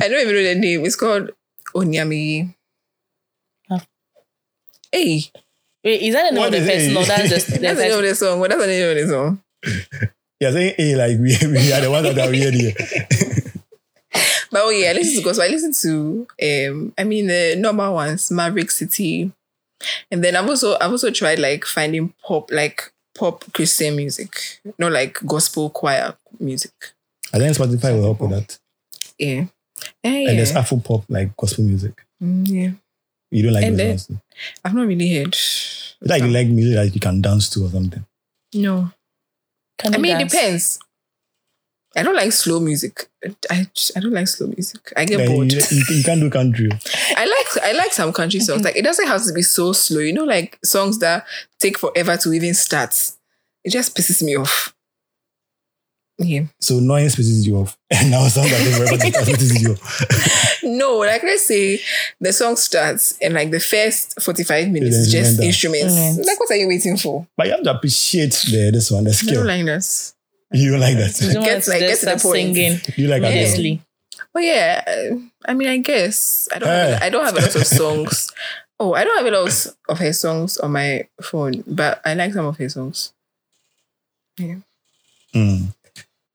Speaker 2: I don't even know the name. It's called Onyami.
Speaker 3: Huh.
Speaker 2: Hey,
Speaker 3: Wait, is that the name
Speaker 1: What is
Speaker 3: of the
Speaker 1: it?
Speaker 3: person? No, that's
Speaker 1: *laughs*
Speaker 3: just the
Speaker 2: that's the name of
Speaker 3: title.
Speaker 2: the song. What that's the name of the song?
Speaker 1: You're saying hey, like we, *laughs* we are the ones that are weird here.
Speaker 2: But oh yeah, I listen to gospel. I listen to um, I mean the normal ones, Maverick City, and then I've also I've also tried like finding pop like pop Christian music, not like gospel choir music.
Speaker 1: I think Spotify will help with that.
Speaker 2: Yeah, Eh, yeah,
Speaker 1: And there's Afro pop like gospel music.
Speaker 2: Mm, yeah.
Speaker 1: You don't like
Speaker 2: And
Speaker 1: those
Speaker 2: then-
Speaker 1: ones.
Speaker 2: I've not really heard.
Speaker 1: It's like you like music that you can dance to or something.
Speaker 2: No.
Speaker 3: Can
Speaker 2: I
Speaker 3: you
Speaker 2: mean, it
Speaker 3: dance?
Speaker 2: depends. I don't like slow music. I, I don't like slow music. I get
Speaker 1: Like,
Speaker 2: bored.
Speaker 1: you, you, you can do country.
Speaker 2: I like I like some country songs. Like it doesn't have to be so slow. You know, like songs that take forever to even start. It just pisses me off. Yeah.
Speaker 1: So noise pisses you off. *laughs* And now sound that is very bad pisses you off.
Speaker 2: No, like let's say the song starts and like the first 45 minutes is just
Speaker 1: instrumental.
Speaker 2: instruments.
Speaker 3: Instruments.
Speaker 2: Like what are you waiting for?
Speaker 1: *laughs* But you have to appreciate the this one, the
Speaker 2: I
Speaker 1: skill.
Speaker 2: don't like that.
Speaker 1: you don't like
Speaker 3: You
Speaker 1: that.
Speaker 3: don't
Speaker 2: Get,
Speaker 3: want to
Speaker 2: like, get
Speaker 3: just
Speaker 2: to the
Speaker 3: start
Speaker 2: point.
Speaker 3: singing.
Speaker 1: *laughs* You like
Speaker 2: Yeah.
Speaker 1: Adele.
Speaker 2: *laughs*
Speaker 3: Honestly.
Speaker 2: But yeah, uh, I mean, I guess I don't.
Speaker 1: Hey.
Speaker 2: Have, I don't have a
Speaker 1: *laughs*
Speaker 2: lot of songs. Oh, I don't have a lot of her songs on my phone, but I like some of her songs.
Speaker 1: Mm.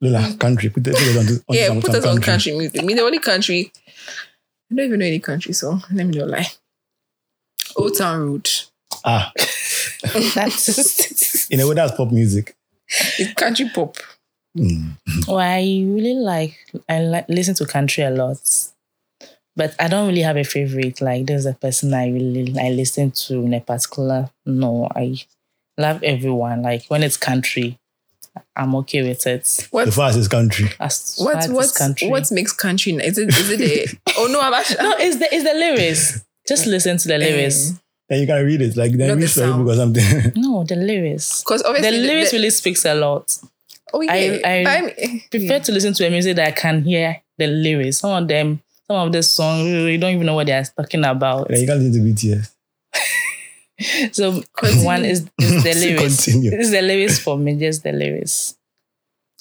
Speaker 1: Lola, country. Put it, put it on, this- on
Speaker 2: yeah,
Speaker 1: some,
Speaker 2: put
Speaker 1: some
Speaker 2: us on country music. Me, the only country. I don't even know any country song. Let me not lie. Old Town Road.
Speaker 1: Ah,
Speaker 3: That's just
Speaker 1: in a way, that's pop music.
Speaker 2: It's country pop.
Speaker 1: Mm.
Speaker 3: well, I really like I like listen to country a lot. But I don't really have a favorite. Like there's a person I really I listen to in a particular no, I love everyone. Like when it's country, I'm okay with it.
Speaker 1: The
Speaker 2: What?
Speaker 1: fast is country.
Speaker 3: As far
Speaker 2: What?
Speaker 3: as
Speaker 2: What?
Speaker 3: country.
Speaker 2: What makes country? Is it? Is it a? oh no, I'm
Speaker 3: *laughs*
Speaker 2: actually.
Speaker 3: no, it's the it's the lyrics. Just listen to the
Speaker 2: Mm.
Speaker 3: lyrics.
Speaker 1: Then you can read it. Like, then
Speaker 2: Not the
Speaker 1: read storybook
Speaker 2: sound.
Speaker 1: or something. *laughs*
Speaker 3: No, the lyrics.
Speaker 2: Because obviously
Speaker 3: The lyrics
Speaker 2: the-
Speaker 3: really speaks a lot.
Speaker 2: oh yeah.
Speaker 3: I- I
Speaker 2: but I'm-
Speaker 3: prefer to listen to a music that I can hear the lyrics. Some of them, some of the songs, you don't even know what they are talking about.
Speaker 1: then you can listen to BTS.
Speaker 3: So
Speaker 2: Continue.
Speaker 3: one is, is the
Speaker 1: *laughs*
Speaker 3: lyrics.
Speaker 1: Continue.
Speaker 3: It's the lyrics for me, just the lyrics.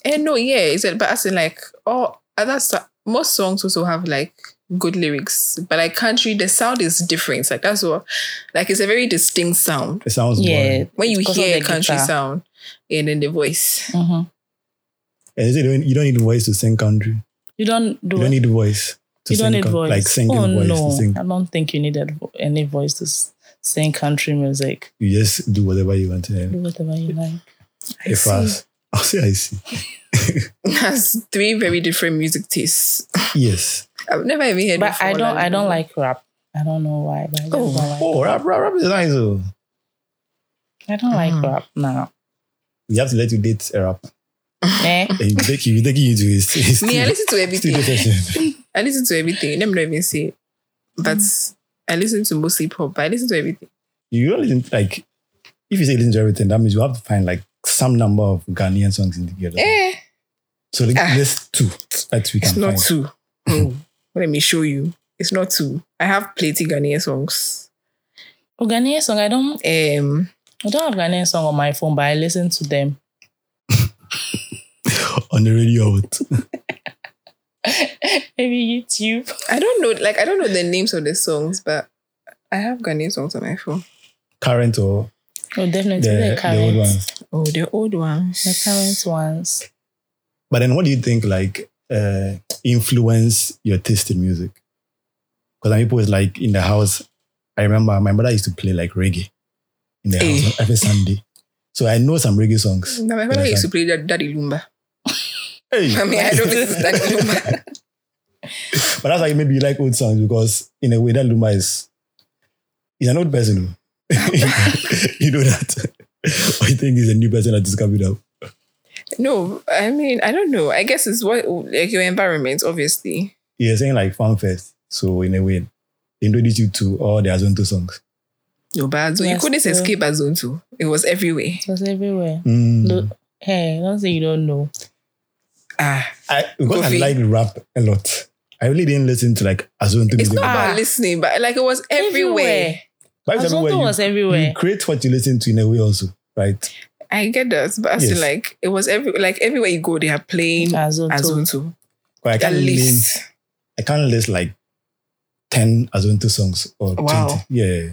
Speaker 2: And Eh, no, yeah, it's a, but as in like all other so- most songs also have like good lyrics, but like country, the sound is different. Like that's what, like it's a very distinct sound
Speaker 1: It sounds
Speaker 3: Yeah.
Speaker 1: boring.
Speaker 2: when you
Speaker 3: Because of
Speaker 2: hear
Speaker 3: the
Speaker 2: country
Speaker 3: guitar.
Speaker 2: sound and then the voice. *laughs*
Speaker 3: hmm
Speaker 1: And they say you don't, you don't need voice to sing country.
Speaker 3: You don't do
Speaker 1: You don't need voice to
Speaker 3: you
Speaker 1: sing
Speaker 3: don't need
Speaker 1: coun-
Speaker 3: voice.
Speaker 1: Like singing
Speaker 3: oh,
Speaker 1: voice
Speaker 3: no.
Speaker 1: to sing.
Speaker 3: I don't think you needed vo- any voice to s- sing country music.
Speaker 1: You just do whatever you want to have.
Speaker 3: Do whatever you like.
Speaker 2: I
Speaker 1: If us. I'll say I see.
Speaker 2: see. has three very different music tastes.
Speaker 1: Yes.
Speaker 2: I've never even heard.
Speaker 3: But
Speaker 2: before,
Speaker 3: I don't I don't
Speaker 2: like-
Speaker 3: like rap. I don't know why, but I just
Speaker 2: Oh.
Speaker 3: don't like
Speaker 1: Oh, rap, rap, rap is nice oh. though.
Speaker 3: I don't like
Speaker 2: Mhm.
Speaker 3: rap now.
Speaker 1: You have to let you date a
Speaker 2: *laughs*
Speaker 1: rap.
Speaker 3: Eh?
Speaker 1: And you take you take you to his, his
Speaker 2: Me, I listen to
Speaker 1: studio
Speaker 2: everything.
Speaker 1: session.
Speaker 2: I listen to everything. Let me not even say, but
Speaker 3: Mm.
Speaker 2: I listen to mostly pop. But I listen to everything.
Speaker 1: You don't listen like if you say listen to everything, that means you have to find like some number of Ghanaian songs in together.
Speaker 2: Eh,
Speaker 1: So like,
Speaker 2: Ah.
Speaker 1: there's two that we
Speaker 2: it's
Speaker 1: can
Speaker 2: not
Speaker 1: find.
Speaker 2: two. Oh, let me show you. It's not two. I have plenty Ghanaian songs.
Speaker 3: Oh, Ghanaian song, I don't
Speaker 2: Um,
Speaker 3: I don't have Ghanaian song on my phone, but I listen to them. *laughs*
Speaker 1: *laughs* on the radio. Out.
Speaker 3: Maybe YouTube.
Speaker 2: I don't know, like I don't know the names of the songs, but I have Ghanaian songs on my phone.
Speaker 1: Current or
Speaker 3: Oh,
Speaker 1: the,
Speaker 3: definitely the,
Speaker 1: the
Speaker 3: current,
Speaker 1: old
Speaker 3: the,
Speaker 1: ones.
Speaker 2: Oh, the old ones.
Speaker 3: current ones.
Speaker 1: But then what do you think like uh influence your taste in music? Because some people is like in the house. I remember my mother used to play like reggae in the
Speaker 2: Eh.
Speaker 1: house every Sunday. So I know some reggae songs.
Speaker 2: Now, my father used to play that Daddy Lumba. *laughs*
Speaker 1: Hey.
Speaker 2: I mean, I don't think it's Daddy Lumba.
Speaker 1: *laughs* But that's why maybe you like old songs because in a way that Luma is he's an old person. oh. *laughs* you know that. *laughs* or you think he's a new person that discovered up.
Speaker 2: No, I mean, I don't know. I guess it's what like your environment, obviously.
Speaker 1: You're saying like fan fest. So in a way, they introduce you to all the Azonto songs.
Speaker 2: Your bad zone. You
Speaker 3: Yes,
Speaker 2: couldn't
Speaker 3: true.
Speaker 2: escape a zone too. It was everywhere.
Speaker 3: It was everywhere.
Speaker 1: Mm.
Speaker 3: Look, hey, don't say you don't know.
Speaker 2: Ah,
Speaker 1: I, because I
Speaker 2: Kofi.
Speaker 1: like rap a lot. I really didn't listen to like Azonto
Speaker 2: it's
Speaker 1: music.
Speaker 2: not
Speaker 3: Ah.
Speaker 2: about listening, but like it was everywhere.
Speaker 1: But it's everywhere
Speaker 3: Azonto
Speaker 1: you-
Speaker 3: was
Speaker 1: you
Speaker 3: everywhere.
Speaker 1: create what you listen to in a way also, right?
Speaker 2: I get that, but I feel
Speaker 1: Yes.
Speaker 2: like it was every like everywhere you go, they are playing
Speaker 3: Azonto.
Speaker 2: Azonto.
Speaker 1: But I
Speaker 2: At
Speaker 1: can't name,
Speaker 2: least
Speaker 1: I can't list like ten Azonto songs or
Speaker 2: Wow.
Speaker 1: twenty. Yeah,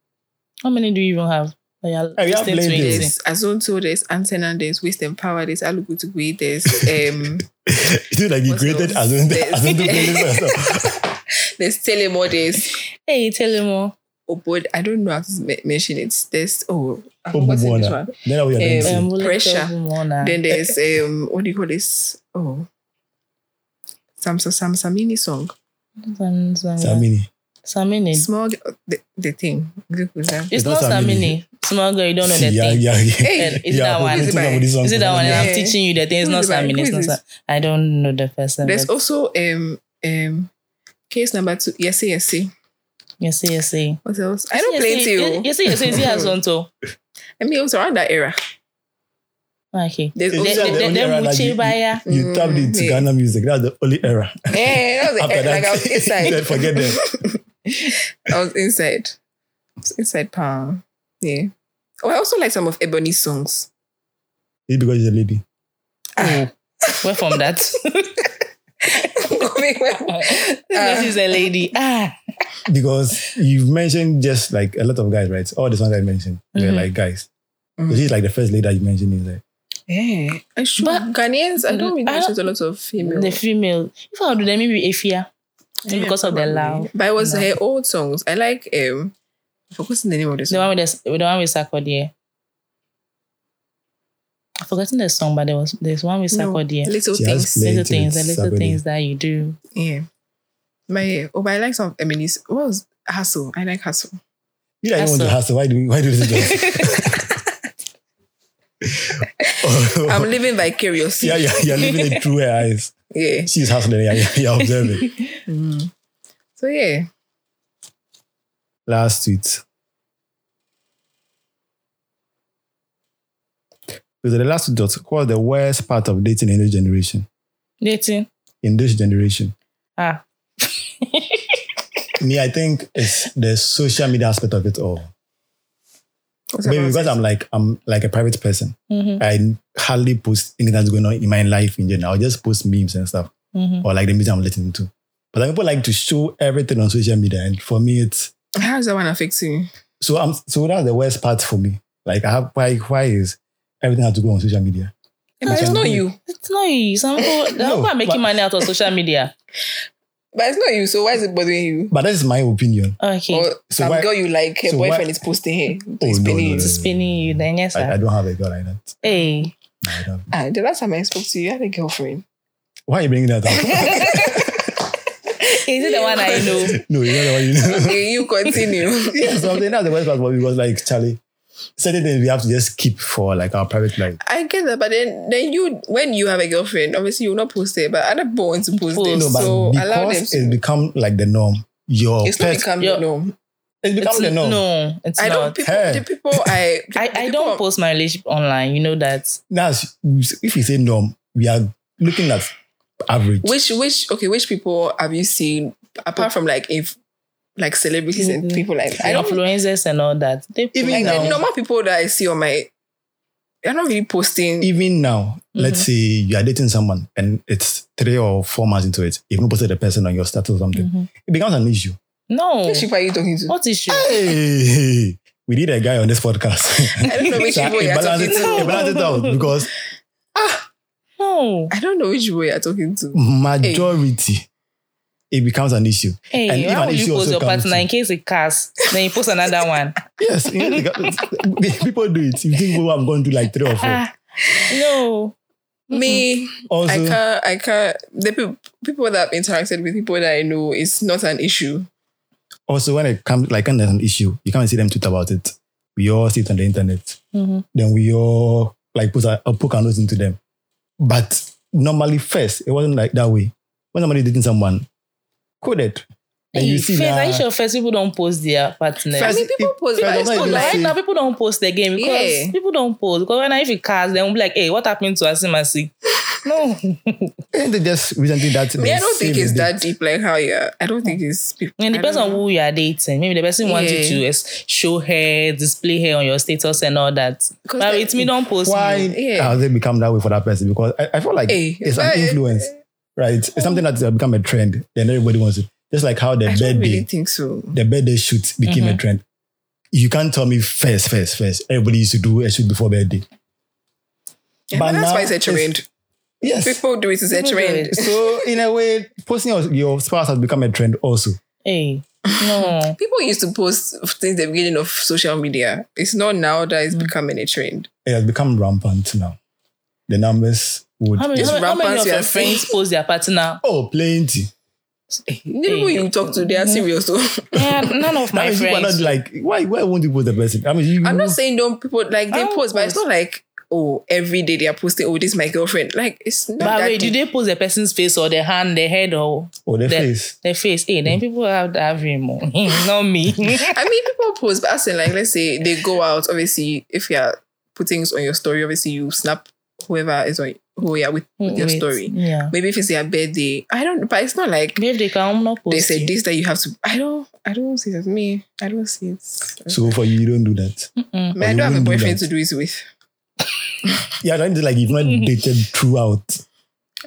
Speaker 1: *laughs*
Speaker 3: How many do you even have? That you're
Speaker 1: Hey, we have
Speaker 3: listening to
Speaker 1: plenty.
Speaker 3: it?
Speaker 2: there's Azonto, there's Antenna, there's Waste and Power, there's Alugutugwe,
Speaker 1: *laughs*
Speaker 2: there's um
Speaker 1: it's not like you
Speaker 2: What's
Speaker 1: created
Speaker 2: else?
Speaker 1: Azonto
Speaker 2: There's- *laughs*
Speaker 1: Azonto playlist for yourself.
Speaker 2: there's Telemo, there's
Speaker 3: Hey, tell him more.
Speaker 2: Obod. I don't know how to me- mention it. There's oh I
Speaker 1: Oh,
Speaker 2: forgot this
Speaker 1: Bumwana.
Speaker 2: one.
Speaker 1: Then
Speaker 3: *laughs*
Speaker 1: we are going
Speaker 2: Um,
Speaker 1: to
Speaker 3: Um, we'll let
Speaker 2: Pressure.
Speaker 3: tell him more now.
Speaker 2: Then there's um what do you call this? Oh Samsa Samsamini song.
Speaker 3: Sam- Sam-
Speaker 1: Samini.
Speaker 3: Samini.
Speaker 2: Small g- the, the thing. Look with that.
Speaker 3: It's
Speaker 1: It's not
Speaker 3: not Samini. Small girl, you don't know the
Speaker 1: yeah,
Speaker 3: thing.
Speaker 1: yeah, yeah.
Speaker 2: Hey,
Speaker 3: And *laughs* Is it
Speaker 1: Yeah,
Speaker 3: that
Speaker 1: but
Speaker 3: one?
Speaker 1: we
Speaker 2: Is it
Speaker 1: think
Speaker 2: by-
Speaker 1: about this song
Speaker 3: Is it
Speaker 1: for
Speaker 3: that one? And
Speaker 1: long.
Speaker 2: Yeah.
Speaker 3: I'm teaching you the thing. It's
Speaker 2: Who
Speaker 3: not
Speaker 2: is it by?
Speaker 3: Samini. It's
Speaker 2: Who
Speaker 3: not
Speaker 2: is
Speaker 3: Sam. I don't know the person.
Speaker 2: There's
Speaker 3: but-
Speaker 2: also um um case number two. Yes, yes, yes.
Speaker 3: You see, you see.
Speaker 2: What else? I don't play it.
Speaker 3: you. You
Speaker 2: you.
Speaker 3: see, you see, you
Speaker 2: *laughs*
Speaker 3: see, Azonto.
Speaker 2: I mean, it was around that era.
Speaker 3: Okay.
Speaker 2: There's
Speaker 1: Is
Speaker 3: The-
Speaker 1: that
Speaker 2: also,
Speaker 1: the
Speaker 3: the-
Speaker 1: only
Speaker 3: the
Speaker 1: era that you-
Speaker 3: Muchibaya.
Speaker 1: You tapped into
Speaker 2: Mm,
Speaker 1: Ghana music. That's the only
Speaker 2: *laughs*
Speaker 1: era.
Speaker 2: Yeah, that was
Speaker 1: *laughs*
Speaker 2: the
Speaker 1: After
Speaker 2: era.
Speaker 1: that,
Speaker 2: Like I was
Speaker 1: *laughs* you said
Speaker 2: inside.
Speaker 1: forget them.
Speaker 2: I was inside. I was inside power. Yeah. Oh, I also like some of Ebony's songs.
Speaker 1: It's because she's a lady.
Speaker 2: Ah.
Speaker 3: Oh, where
Speaker 2: *laughs*
Speaker 3: from that? Because she's a lady. Ah,
Speaker 1: Because you've mentioned just like a lot of guys, right? All the songs I mentioned, they're
Speaker 3: Mhm.
Speaker 1: like guys. So She's like the first lady that you mentioned in there.
Speaker 2: yeah. I sure.
Speaker 3: But-
Speaker 2: Ghanaians, I don't really
Speaker 3: I don't-
Speaker 2: mention a lot of female.
Speaker 3: the female. If I do them, maybe Efia.
Speaker 2: Yeah,
Speaker 3: because of the
Speaker 2: probably.
Speaker 3: loud.
Speaker 2: But it was
Speaker 3: No.
Speaker 2: her old songs. I like um I forgot the name of the
Speaker 3: The
Speaker 2: song.
Speaker 3: one with the, the one with Sakodie. I've forgotten the song, but there was there's one with
Speaker 2: No.
Speaker 3: Sakodie.
Speaker 2: Little
Speaker 1: She has
Speaker 2: Things.
Speaker 1: plenty
Speaker 3: Little
Speaker 1: with
Speaker 3: things, the little
Speaker 1: Sakodie.
Speaker 3: things that you do.
Speaker 2: Yeah. My oh, but I like some Emily's. What was Hassle? I like Hassle.
Speaker 1: You don't even want to hustle.
Speaker 3: Hustle.
Speaker 1: Why do why do you listen to
Speaker 2: *laughs* I'm
Speaker 1: her?
Speaker 2: living
Speaker 1: *laughs*
Speaker 2: vicariously.
Speaker 1: Yeah, yeah, you're living it through her eyes.
Speaker 2: Yeah.
Speaker 1: She's hustling. Yeah, yeah, you're observing.
Speaker 2: Mm. So yeah.
Speaker 1: Last tweet. So the last tweet, was, what's the worst part of dating in this generation?
Speaker 3: Dating.
Speaker 1: In this generation,
Speaker 3: Ah.
Speaker 1: me, I think it's the social media aspect of it all.
Speaker 2: What's
Speaker 1: Maybe
Speaker 2: about
Speaker 1: because
Speaker 2: it?
Speaker 1: I'm like I'm like a private person.
Speaker 3: Mm-hmm.
Speaker 1: I hardly post anything that's going on in my life in general. I'll just post memes and stuff
Speaker 3: Mm-hmm.
Speaker 1: or like the music I'm listening to. But like, people like to show everything on social media. And for me, it's
Speaker 2: How does that one affect you?
Speaker 1: so I'm so that's the worst part for me. Like I have why why is everything have to go on social media?
Speaker 2: But
Speaker 1: Which
Speaker 2: it's
Speaker 1: one
Speaker 2: not
Speaker 1: do you-
Speaker 2: you.
Speaker 3: It's not you. Some people, some
Speaker 1: No,
Speaker 3: people are making
Speaker 1: but-
Speaker 3: money out of social media.
Speaker 2: But it's not you. So why is it bothering you?
Speaker 1: But that is my opinion.
Speaker 3: Okay.
Speaker 2: Or
Speaker 1: So
Speaker 2: some
Speaker 1: why-
Speaker 2: girl you like, her
Speaker 1: so why-
Speaker 2: boyfriend is posting her.
Speaker 1: Oh,
Speaker 2: He's
Speaker 1: no,
Speaker 2: pinning
Speaker 1: no,
Speaker 2: you.
Speaker 1: no.
Speaker 3: spinning you, then yes,
Speaker 1: I, I
Speaker 3: sir.
Speaker 1: don't have a girl like that.
Speaker 3: Hey.
Speaker 1: No, I don't.
Speaker 2: Ah, the last time I spoke to you, I had a
Speaker 1: *laughs*
Speaker 2: girlfriend.
Speaker 1: Why are you bringing that up? *laughs*
Speaker 3: Is it the one I know?
Speaker 1: no, you know what you know. *laughs*
Speaker 2: Okay, you continue.
Speaker 1: yeah, so I think that's the worst part for me because like Charlie, certain things we have to just keep for like our private life.
Speaker 2: *laughs* I get that, but then then you when you have a girlfriend, obviously you will not post it, but other people want to post
Speaker 3: Post.
Speaker 2: it.
Speaker 1: Oh, No, but
Speaker 2: so allow them
Speaker 1: because
Speaker 2: to.
Speaker 1: it's become like the norm. Your
Speaker 2: it's not
Speaker 1: pers-
Speaker 2: become
Speaker 3: Yeah.
Speaker 2: the norm.
Speaker 1: it's become
Speaker 3: It's-
Speaker 1: the norm.
Speaker 3: No, it's
Speaker 2: I don't
Speaker 3: not.
Speaker 2: people
Speaker 1: Hey.
Speaker 2: the people I the- the
Speaker 3: I, I
Speaker 2: people
Speaker 3: don't
Speaker 2: I'm-
Speaker 3: post my relationship online. You know that.
Speaker 1: That's if you say norm, we are looking at average.
Speaker 2: which which okay which people have you seen apart from like if like celebrities and
Speaker 3: Mhm.
Speaker 2: people like I don't
Speaker 3: Influencers and all that. They
Speaker 1: Even
Speaker 2: like
Speaker 1: now.
Speaker 2: the normal people that I see on my they're not really posting.
Speaker 1: Even now,
Speaker 2: Mhm.
Speaker 1: let's say you are dating someone and it's three or four months into it, you've not posted a person on your status or
Speaker 2: Mm.
Speaker 1: something,
Speaker 3: Mhm.
Speaker 1: it becomes an issue.
Speaker 3: No.
Speaker 2: Which people are you talking to?
Speaker 3: What issue?
Speaker 1: Ah. Hey, we need a guy on this podcast.
Speaker 2: I don't know which
Speaker 1: So
Speaker 2: *laughs* people
Speaker 1: it
Speaker 2: you're talking
Speaker 1: balances,
Speaker 2: to.
Speaker 1: it balances out
Speaker 2: *laughs*
Speaker 1: because
Speaker 2: Ah,
Speaker 3: No.
Speaker 2: I don't know which people you're talking to.
Speaker 1: majority it becomes an issue.
Speaker 3: Hey,
Speaker 1: And if
Speaker 3: why
Speaker 1: an
Speaker 3: would you
Speaker 1: issue
Speaker 3: post
Speaker 1: also
Speaker 3: your
Speaker 1: comes
Speaker 3: partner
Speaker 1: to-
Speaker 3: in case it casts? Then you post
Speaker 1: *laughs*
Speaker 3: another one.
Speaker 1: Yes, you know, because- *laughs* people do it. You think people have gone to like three or four.
Speaker 3: Ah, no.
Speaker 2: Me,
Speaker 1: Also,
Speaker 2: I can't. I can't. The people, people that I've interacted with, people that I know, it's not an issue.
Speaker 1: also when it comes like when there's an issue, you can't see them tweet about it. We all see it on the internet.
Speaker 2: Mm-hmm.
Speaker 3: Mhm.
Speaker 1: Then we all like put a, a poke our nose into them. But normally, first it wasn't like that way. When somebody dating someone, coded. And
Speaker 3: Hey,
Speaker 1: you see
Speaker 3: first,
Speaker 1: now-
Speaker 3: are you sure first people don't post their partners?
Speaker 2: I
Speaker 1: First-
Speaker 2: mean, people
Speaker 1: it-
Speaker 2: post,
Speaker 1: I
Speaker 2: but
Speaker 1: don't
Speaker 2: it's
Speaker 1: know
Speaker 2: not
Speaker 1: if you
Speaker 2: like
Speaker 3: Right
Speaker 1: see-
Speaker 3: now, people don't post again because
Speaker 2: Yeah.
Speaker 3: people don't post. Because when I if it cast, they won't be like, hey, what happened to Asimasi? No.
Speaker 1: And Eh, they just recently that
Speaker 2: me. I
Speaker 1: they
Speaker 2: don't think
Speaker 1: saved
Speaker 2: it's
Speaker 1: it.
Speaker 2: that deep. Like how yeah, I don't think it's. People,
Speaker 3: And it
Speaker 2: I don't
Speaker 3: depends on
Speaker 2: know.
Speaker 3: who you are dating. Maybe the person wants you
Speaker 2: Yeah.
Speaker 3: to es- show hair, display hair on your status and all that.
Speaker 2: 'Cause
Speaker 3: But
Speaker 2: like-
Speaker 3: with me, don't post.
Speaker 1: Why
Speaker 3: Me.
Speaker 2: Yeah.
Speaker 1: has it become that way for that person? Because I, I feel like
Speaker 2: Hey,
Speaker 1: it's an
Speaker 2: but-
Speaker 1: influence, right? It's something that's become a trend, and everybody wants it. Just like how the
Speaker 2: I
Speaker 1: birthday,
Speaker 2: don't really think so.
Speaker 1: the birthday shoot became
Speaker 2: Mm-hmm.
Speaker 1: a trend. You can't tell me first, first, first. Everybody used to do a shoot before birthday. But
Speaker 2: Yeah, but that's
Speaker 1: now
Speaker 2: why it's a
Speaker 1: it's-
Speaker 2: trend.
Speaker 1: Yes.
Speaker 2: People do it. It's a
Speaker 3: People do
Speaker 2: trend.
Speaker 3: it.
Speaker 1: so in a way, posting your, your spouse has become a trend also.
Speaker 3: Hey,
Speaker 2: *laughs*
Speaker 3: no.
Speaker 2: *laughs* People used to post since the beginning of social media. It's not now that
Speaker 3: Mm.
Speaker 2: it's becoming a trend.
Speaker 1: It has become rampant now. The numbers would
Speaker 3: How many,
Speaker 2: It's
Speaker 3: how, many- how many
Speaker 2: rampant
Speaker 3: of
Speaker 2: we
Speaker 3: your
Speaker 2: are seeing.
Speaker 3: friends post
Speaker 1: *laughs*
Speaker 3: their partner?
Speaker 1: oh plenty.
Speaker 2: The people you talk to,
Speaker 3: Mm-hmm.
Speaker 2: they are serious. Though. *laughs*
Speaker 3: Yeah, none of
Speaker 1: I
Speaker 3: my
Speaker 1: mean, people are not
Speaker 3: friends.
Speaker 1: like why why won't you post the person? I mean, you,
Speaker 3: Mm.
Speaker 2: I'm not saying don't people like they
Speaker 3: I don't
Speaker 2: post, but it's
Speaker 3: post.
Speaker 2: not like oh every day they are posting. Oh, this is my girlfriend. Like it's not
Speaker 3: But
Speaker 2: that
Speaker 3: wait, do
Speaker 2: deep.
Speaker 3: they post the person's face or their hand, their head, or
Speaker 1: or the
Speaker 3: that-
Speaker 1: face.
Speaker 3: their face? Hey, then people have have him. *laughs* oh. not me.
Speaker 2: I mean, people post, but as in, like, let's say they go out. Obviously, if you are putting things on your story, obviously you snap whoever is on who you are with, with your
Speaker 3: Wait,
Speaker 2: story.
Speaker 3: Yeah.
Speaker 2: Maybe if it's their birthday, I don't. But it's not like
Speaker 3: Maybe they can I'm not post.
Speaker 2: they say
Speaker 3: it.
Speaker 2: this that you have to. I don't. I don't see it as me. I don't see it.
Speaker 1: So for you, you don't do that.
Speaker 3: Mm-mm.
Speaker 2: Man, I
Speaker 1: you
Speaker 2: don't have a
Speaker 1: wouldn't do
Speaker 2: boyfriend
Speaker 1: that.
Speaker 2: to do it with.
Speaker 1: Yeah, that is like
Speaker 2: *laughs*
Speaker 1: you've not dated throughout.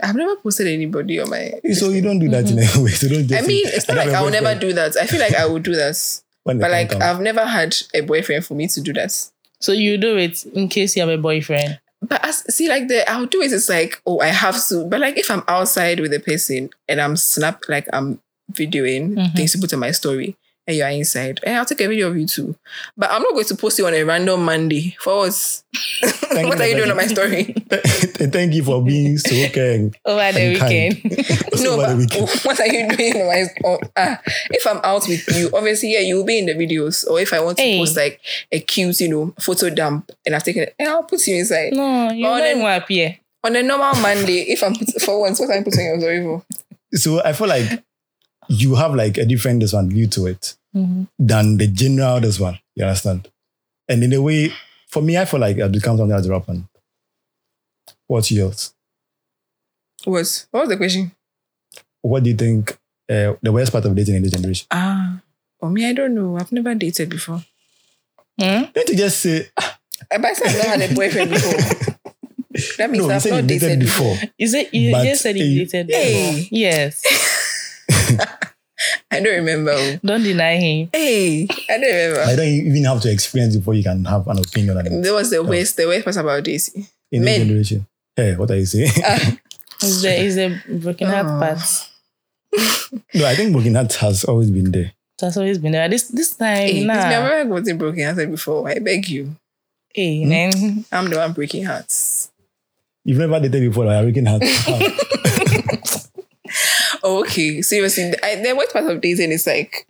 Speaker 2: I've never posted anybody on my.
Speaker 1: So you don't do that in any way. So don't
Speaker 2: Mm-hmm. I
Speaker 1: just
Speaker 2: mean,
Speaker 1: say,
Speaker 2: it's not
Speaker 1: don't
Speaker 2: like
Speaker 1: have
Speaker 2: I
Speaker 1: a
Speaker 2: will never
Speaker 1: boyfriend
Speaker 2: do that. I feel like I would
Speaker 1: *laughs*
Speaker 2: do that,
Speaker 1: when the
Speaker 2: but
Speaker 1: time
Speaker 2: like um,
Speaker 1: comes.
Speaker 2: I've never had a boyfriend for me to do that.
Speaker 3: So you do it in case you have a boyfriend.
Speaker 2: But as, see, like the I'll do it. It's like, oh, I have to. But like, if I'm outside with a person and I'm snap, like I'm videoing
Speaker 1: Mm-hmm.
Speaker 3: Mhm.
Speaker 2: things to put on my story, and you are inside, and I'll take a video of you too. But I'm not going to post you on a random Monday. For what? *laughs*
Speaker 1: you,
Speaker 2: what are you doing on my
Speaker 1: Nobody.
Speaker 2: story?
Speaker 1: Thank you for being so
Speaker 2: *laughs*
Speaker 1: caring.
Speaker 3: Over the
Speaker 1: And kind.
Speaker 3: weekend. *laughs*
Speaker 1: Also
Speaker 2: no,
Speaker 1: over the
Speaker 2: but
Speaker 1: weekend.
Speaker 2: *laughs* what are you doing on my? Oh, ah, if I'm out with you, obviously, yeah, you'll be in the videos. Or if I want to
Speaker 3: Hey.
Speaker 2: post like a cute, you know, photo dump, and I've taken it, and I'll put you inside.
Speaker 3: no, you
Speaker 2: But
Speaker 3: don't
Speaker 2: then-
Speaker 3: even appear.
Speaker 2: On a normal Monday, if I'm put, for once, what I'm putting on your story for?
Speaker 1: So I feel like you have like a different this one view to it
Speaker 3: Mm-hmm.
Speaker 1: than the general this one. You understand? And in a way, for me, I feel like it becomes something that's rampant. What's yours?
Speaker 2: What? What was the question?
Speaker 1: What do you think uh, the worst part of dating in this generation?
Speaker 2: Ah, for me, I don't know. I've never dated before.
Speaker 3: Hmm?
Speaker 1: Don't you just say
Speaker 2: I but I said I've never had a boyfriend *laughs* before. That means
Speaker 1: no? You
Speaker 2: I've
Speaker 1: said
Speaker 2: not
Speaker 1: you dated,
Speaker 2: dated before. *laughs*
Speaker 1: before.
Speaker 3: Is it you
Speaker 1: But
Speaker 3: just said you
Speaker 1: you-
Speaker 3: dated
Speaker 2: Hey.
Speaker 3: before. Yes.
Speaker 2: I don't remember. oh.
Speaker 3: Don't deny him.
Speaker 2: Hey, I don't
Speaker 1: I
Speaker 2: remember.
Speaker 1: don't even have to experience before you can have an opinion on it.
Speaker 2: That was the worst. The worst part about this.
Speaker 1: In this
Speaker 2: Men.
Speaker 1: generation, hey, what are you
Speaker 2: *laughs*
Speaker 1: saying?
Speaker 2: Ah,
Speaker 3: Is there is a broken heart
Speaker 2: Oh.
Speaker 3: part.
Speaker 1: no, I think Burkina Faso has always been there.
Speaker 3: That's always been there. This this time
Speaker 2: hey,
Speaker 3: nah.
Speaker 2: I've never gotten broken hearted before. I beg you.
Speaker 3: Hey,
Speaker 1: Hmm?
Speaker 3: man.
Speaker 2: I'm the one breaking hearts.
Speaker 1: You've never dated before, like Hurricane has.
Speaker 2: *laughs* Oh, okay, seriously. I, the worst part of dating is like.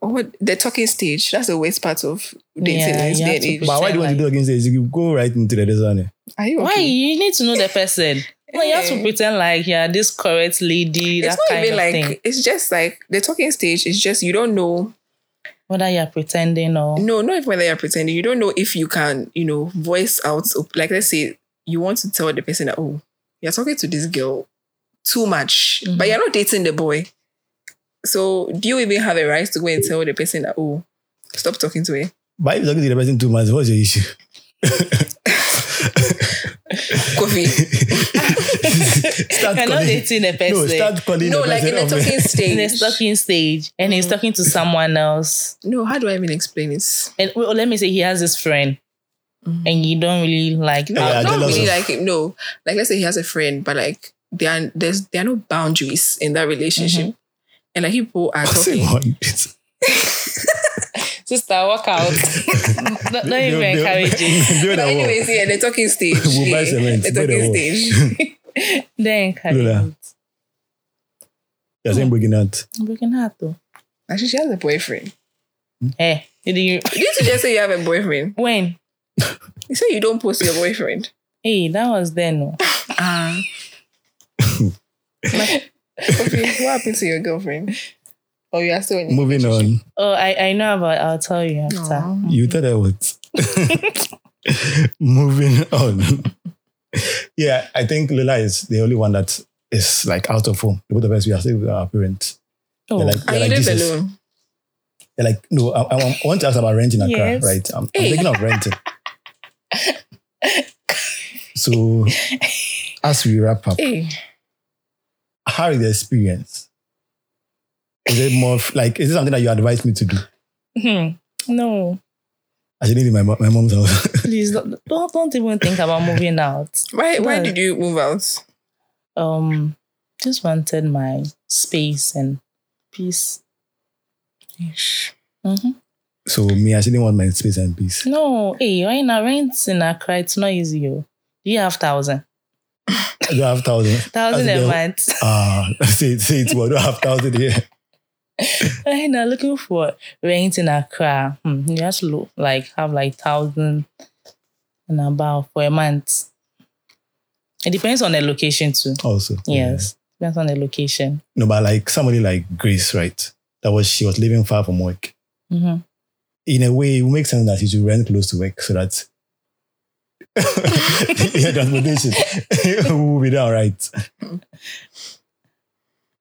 Speaker 2: What the talking stage? That's the worst part of dating.
Speaker 3: Yeah,
Speaker 2: in this
Speaker 3: you
Speaker 2: day
Speaker 3: have
Speaker 2: and
Speaker 3: to
Speaker 2: age.
Speaker 3: be-
Speaker 1: but why do you want to do against it? You go right into the desert. eh?
Speaker 2: Are you okay?
Speaker 3: Why you need to know the person? No, you have to
Speaker 2: Hey.
Speaker 3: pretend like you're this correct lady,
Speaker 2: it's
Speaker 3: that
Speaker 2: not
Speaker 3: kind
Speaker 2: even
Speaker 3: of
Speaker 2: like
Speaker 3: thing.
Speaker 2: it's just like the talking stage is just you don't know
Speaker 3: Whether you're pretending or
Speaker 2: no not even whether you're pretending you don't know if you can you know voice out op- like let's say you want to tell the person that oh you're talking to this girl too much but
Speaker 3: Mhm.
Speaker 2: you're not dating the boy so do you even have a right to go and tell the person that oh stop talking to her
Speaker 1: But if you're talking to the person too much, what's your issue?
Speaker 2: *laughs*
Speaker 1: *laughs*
Speaker 2: coffee
Speaker 1: start
Speaker 3: *laughs* you're not dating a person.
Speaker 1: *laughs* No, start calling
Speaker 2: no
Speaker 1: the
Speaker 2: like in
Speaker 1: person. up. *laughs*
Speaker 2: the talking
Speaker 3: in the
Speaker 2: stage
Speaker 3: stalking stage and
Speaker 2: Mm.
Speaker 3: he's talking to someone else.
Speaker 2: no how do i even explain it
Speaker 3: And well, let me say he has his friend and you don't really like
Speaker 1: Yeah,
Speaker 2: Mm. No,
Speaker 1: I
Speaker 2: not
Speaker 1: jealous
Speaker 2: really
Speaker 1: of-
Speaker 2: like him. No, like let's say he has a friend, but like there are there's there are no boundaries in that relationship, and like people
Speaker 1: *laughs*
Speaker 2: are
Speaker 1: Say
Speaker 2: talking.
Speaker 1: what?
Speaker 3: sister, walk
Speaker 1: *laughs*
Speaker 3: out. not, not
Speaker 1: They-
Speaker 3: even
Speaker 1: they-
Speaker 3: encourage
Speaker 1: *laughs*
Speaker 3: it.
Speaker 1: they-
Speaker 2: But
Speaker 1: they were-
Speaker 2: anyways, yeah, the
Speaker 1: *laughs*
Speaker 2: talking stage.
Speaker 1: We'll buy
Speaker 2: yeah,
Speaker 1: cement,
Speaker 2: the
Speaker 1: buy the
Speaker 2: talking
Speaker 1: wall. *laughs*
Speaker 2: stage. *laughs*
Speaker 3: They encourage
Speaker 1: Lola.
Speaker 3: it.
Speaker 1: You're saying breaking
Speaker 2: *laughs*
Speaker 1: out.
Speaker 3: I'm Broken heart though.
Speaker 2: Actually, she has a boyfriend.
Speaker 3: Hey, did you
Speaker 2: Didn't you just say you have a boyfriend?
Speaker 3: when?
Speaker 2: You say you don't post your boyfriend.
Speaker 3: Hey, that was then. oh.
Speaker 1: *laughs*
Speaker 2: *laughs* Ah. what happened to your girlfriend? Or you are still in
Speaker 1: Moving on.
Speaker 3: Oh, I, I know about I'll tell you after. Hmm.
Speaker 2: Aw.
Speaker 1: You thought I would. *laughs* Moving on. yeah, I think Lola is the only one that is like out of home. The both of us, we are still with our parents.
Speaker 3: Oh.
Speaker 1: They're like,
Speaker 2: And
Speaker 1: they're
Speaker 2: you
Speaker 1: like,
Speaker 2: live
Speaker 1: Jesus.
Speaker 2: alone.
Speaker 1: They're like, no, I, I want- I want to ask about renting a
Speaker 3: Yes.
Speaker 1: car, right? I'm, I'm
Speaker 2: Hey.
Speaker 1: thinking of renting. so, as we wrap up,
Speaker 2: Hey.
Speaker 1: how is the experience? Is it more of- like, is it something that you advise me to do?
Speaker 3: Hmm. No,
Speaker 1: I should live in my, mo- my mom's house. *laughs*
Speaker 3: please don't, don't don't even think about moving out.
Speaker 2: Why why
Speaker 3: Well-
Speaker 2: did you move out?
Speaker 3: Um, just wanted my space and peace. hmm
Speaker 1: so, me, I shouldn't want my space and peace.
Speaker 3: No, hey, right now rent in Accra it's not easy. oh. Do you have thousand
Speaker 1: I don't have thousands.
Speaker 3: thousand
Speaker 1: As in
Speaker 3: a
Speaker 1: the-
Speaker 3: month?
Speaker 1: Ah, *laughs* say it, say it. well. I don't have thousand here.
Speaker 3: right now looking for rent in Accra. Hmm. You have to look, like have like thousand and about for a month. It depends on the location too.
Speaker 1: Also,
Speaker 3: Yes, depends on the location.
Speaker 1: No, but like somebody like Grace, right? That was she was living far from work.
Speaker 3: hmm
Speaker 1: *laughs* In a way, it would make sense that she should rent close to work so
Speaker 2: *laughs*
Speaker 1: that *laughs* yeah, transportation *laughs* will be down, right?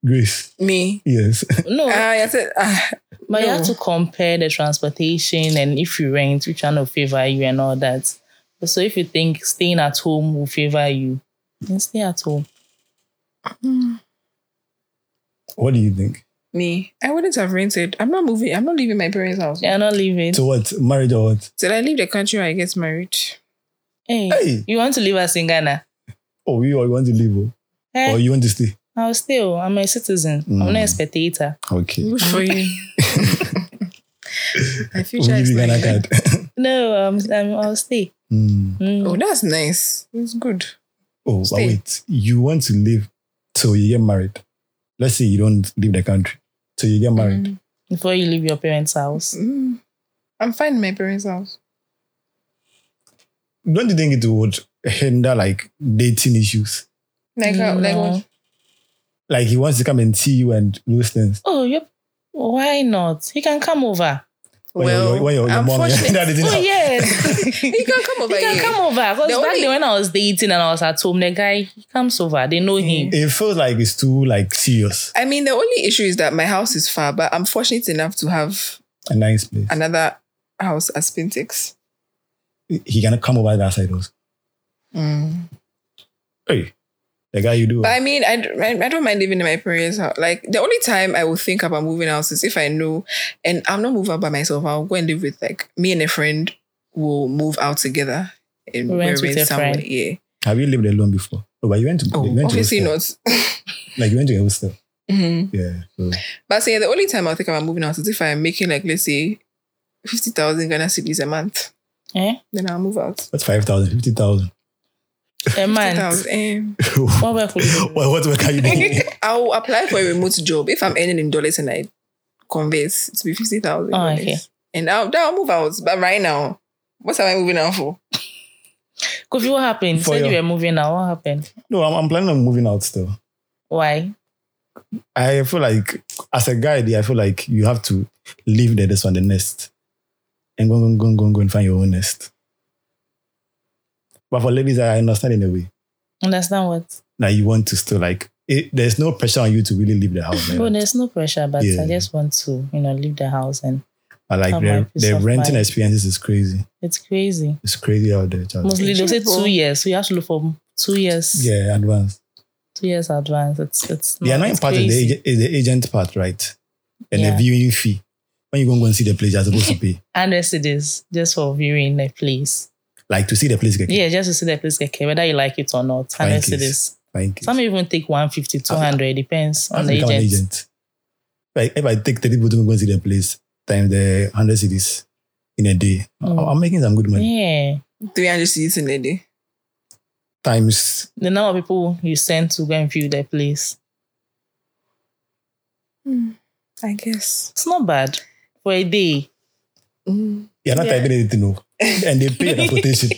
Speaker 1: Grace,
Speaker 2: Me.
Speaker 1: yes.
Speaker 3: No,
Speaker 1: Uh,
Speaker 2: Ah, I said, ah,
Speaker 3: But you have
Speaker 2: No.
Speaker 3: to compare the transportation and if you rent, which one will favor you and all that. So if you think staying at home will favor you, then stay at home. Hmm.
Speaker 1: What do you think?
Speaker 2: me. I wouldn't have rented. I'm not moving. I'm not leaving my parents' house.
Speaker 3: You're not leaving.
Speaker 1: So what? Marriage or what?
Speaker 2: Till I leave the country when I get married.
Speaker 3: hey,
Speaker 1: Hey,
Speaker 3: you want to leave us in Ghana?
Speaker 1: oh, you or you want to leave oh?
Speaker 3: Eh,
Speaker 1: or you want to stay?
Speaker 3: I'll stay. oh. I'm a citizen. I'm not a
Speaker 1: Mm.
Speaker 3: spectator.
Speaker 1: Okay.
Speaker 2: Good for you.
Speaker 3: *laughs*
Speaker 2: my
Speaker 1: We'll
Speaker 2: future
Speaker 1: give
Speaker 2: is
Speaker 1: you Ghana
Speaker 2: like that.
Speaker 1: card. *laughs*
Speaker 3: No, um, um, I'll stay.
Speaker 1: Hmm.
Speaker 3: Mm.
Speaker 2: Oh, that's nice. It's good.
Speaker 1: Oh, but
Speaker 2: Stay.
Speaker 1: wait. You want to live till you get married. Let's say you don't leave the country till you get married.
Speaker 2: Mm.
Speaker 3: Before you leave your parents' house.
Speaker 2: Mm. I'm fine in my parents' house. Mm.
Speaker 1: Don't you think it would hinder like dating issues?
Speaker 2: Like, how like
Speaker 3: No.
Speaker 2: what?
Speaker 1: Like he wants to come and see you and those things.
Speaker 3: Oh, yep. Why not? He can come over.
Speaker 1: When you're-
Speaker 2: Well,
Speaker 1: when you're- your mom-
Speaker 2: unfortunately,
Speaker 1: *laughs* that didn't
Speaker 3: Oh,
Speaker 1: happen.
Speaker 3: yes.
Speaker 2: you can come over
Speaker 3: He can
Speaker 2: here.
Speaker 3: come over. Because
Speaker 2: The
Speaker 3: back
Speaker 2: only-
Speaker 3: then when I was dating and I was at home, the guy he comes over. They know him.
Speaker 1: It feels like it's too like serious.
Speaker 2: I mean, the only issue is that my house is far, but I'm fortunate enough to have
Speaker 1: A nice place.
Speaker 2: another house as Spintex.
Speaker 1: He can come over that side also.
Speaker 3: Mm.
Speaker 1: Hey, the guy you do.
Speaker 2: But I mean, I, d- I- I don't mind living in my parents' house. Like, the only time I will think about moving out is if I know, and I'm not moving out by myself, I'll go and live with, like, me and a friend will move out together and
Speaker 3: Rent
Speaker 2: we'll
Speaker 3: with your
Speaker 2: somewhere.
Speaker 3: friend.
Speaker 2: Yeah.
Speaker 1: Have you lived alone before? Oh, but you went to
Speaker 2: Oh,
Speaker 1: you went to
Speaker 2: obviously
Speaker 1: hostel.
Speaker 2: not.
Speaker 1: Like you went to a hostel.
Speaker 3: Mm-hmm.
Speaker 2: Mhm.
Speaker 1: Yeah. So
Speaker 2: But say the only time I think about moving out is if I'm making, like, let's say, 50,000 Ghana cedis a month.
Speaker 3: Eh?
Speaker 2: Then I'll move out.
Speaker 1: that's 5,000, 50,000.
Speaker 3: A
Speaker 2: *laughs*
Speaker 3: month.
Speaker 2: 50,000. eh.
Speaker 3: What work will you do?
Speaker 1: well, what work are you
Speaker 2: *laughs*
Speaker 1: doing?
Speaker 2: I'll apply for a remote job if I'm earning in dollars and I convert to be fifty thousand.
Speaker 3: Oh, okay.
Speaker 2: And I'll, then I'll move out. But right now, what am I moving out for?
Speaker 3: Kofi, what happened? You
Speaker 1: For
Speaker 3: said you
Speaker 1: your-
Speaker 3: were moving now. What happened?
Speaker 1: no, I'm, I'm planning on moving out still.
Speaker 3: Why?
Speaker 1: I feel like as a guy, I feel like you have to leave the this one, the nest, and go, go, go, go, go and find your own nest. But for ladies, I understand in a way
Speaker 3: Understand what?
Speaker 1: that you want to still like. It, there's no pressure on you to really leave the house.
Speaker 3: Oh,
Speaker 1: Like,
Speaker 3: there's no pressure, but
Speaker 1: Yeah.
Speaker 3: I just want to, you know, leave the house and
Speaker 1: but like
Speaker 3: Oh, my
Speaker 1: the,
Speaker 3: peace
Speaker 1: the
Speaker 3: of
Speaker 1: renting
Speaker 3: mind.
Speaker 1: experiences is crazy.
Speaker 3: it's crazy.
Speaker 1: It's crazy out there, child.
Speaker 3: Mostly they say
Speaker 2: People-
Speaker 3: two years. So you have to look for two years.
Speaker 1: Yeah, advanced.
Speaker 3: Two years advance. It's it's
Speaker 1: The
Speaker 3: not-
Speaker 1: annoying
Speaker 3: it's
Speaker 1: part is
Speaker 3: crazy.
Speaker 1: the, ag- is the agent part, right? And
Speaker 3: Yeah.
Speaker 1: the viewing fee. When you go and go and see the place, you're
Speaker 3: *laughs*
Speaker 1: supposed to pay.
Speaker 3: and rest it is just for viewing the place.
Speaker 1: Like to see the place,
Speaker 3: Yeah, just to see the place, okay, whether you like it or not. And
Speaker 1: Thank
Speaker 3: rest it
Speaker 1: you.
Speaker 3: is.
Speaker 1: Thank you.
Speaker 3: Some even take 150, 200, depends
Speaker 1: I have
Speaker 3: on
Speaker 1: to
Speaker 3: the
Speaker 1: become an
Speaker 3: agent.
Speaker 1: Ah, agent. Like if I take 30 people to go and see their place, times the 100 cities in a day, I-
Speaker 3: Mm.
Speaker 1: I'm making some good money.
Speaker 3: Yeah.
Speaker 2: Three hundred cedis in a day.
Speaker 1: Times
Speaker 3: The number of people you send to go and view their place.
Speaker 2: Hmm, I guess.
Speaker 3: It's not bad for a day.
Speaker 1: you're not
Speaker 2: Yeah.
Speaker 3: *laughs*
Speaker 1: typing anything, no. and they pay transportation.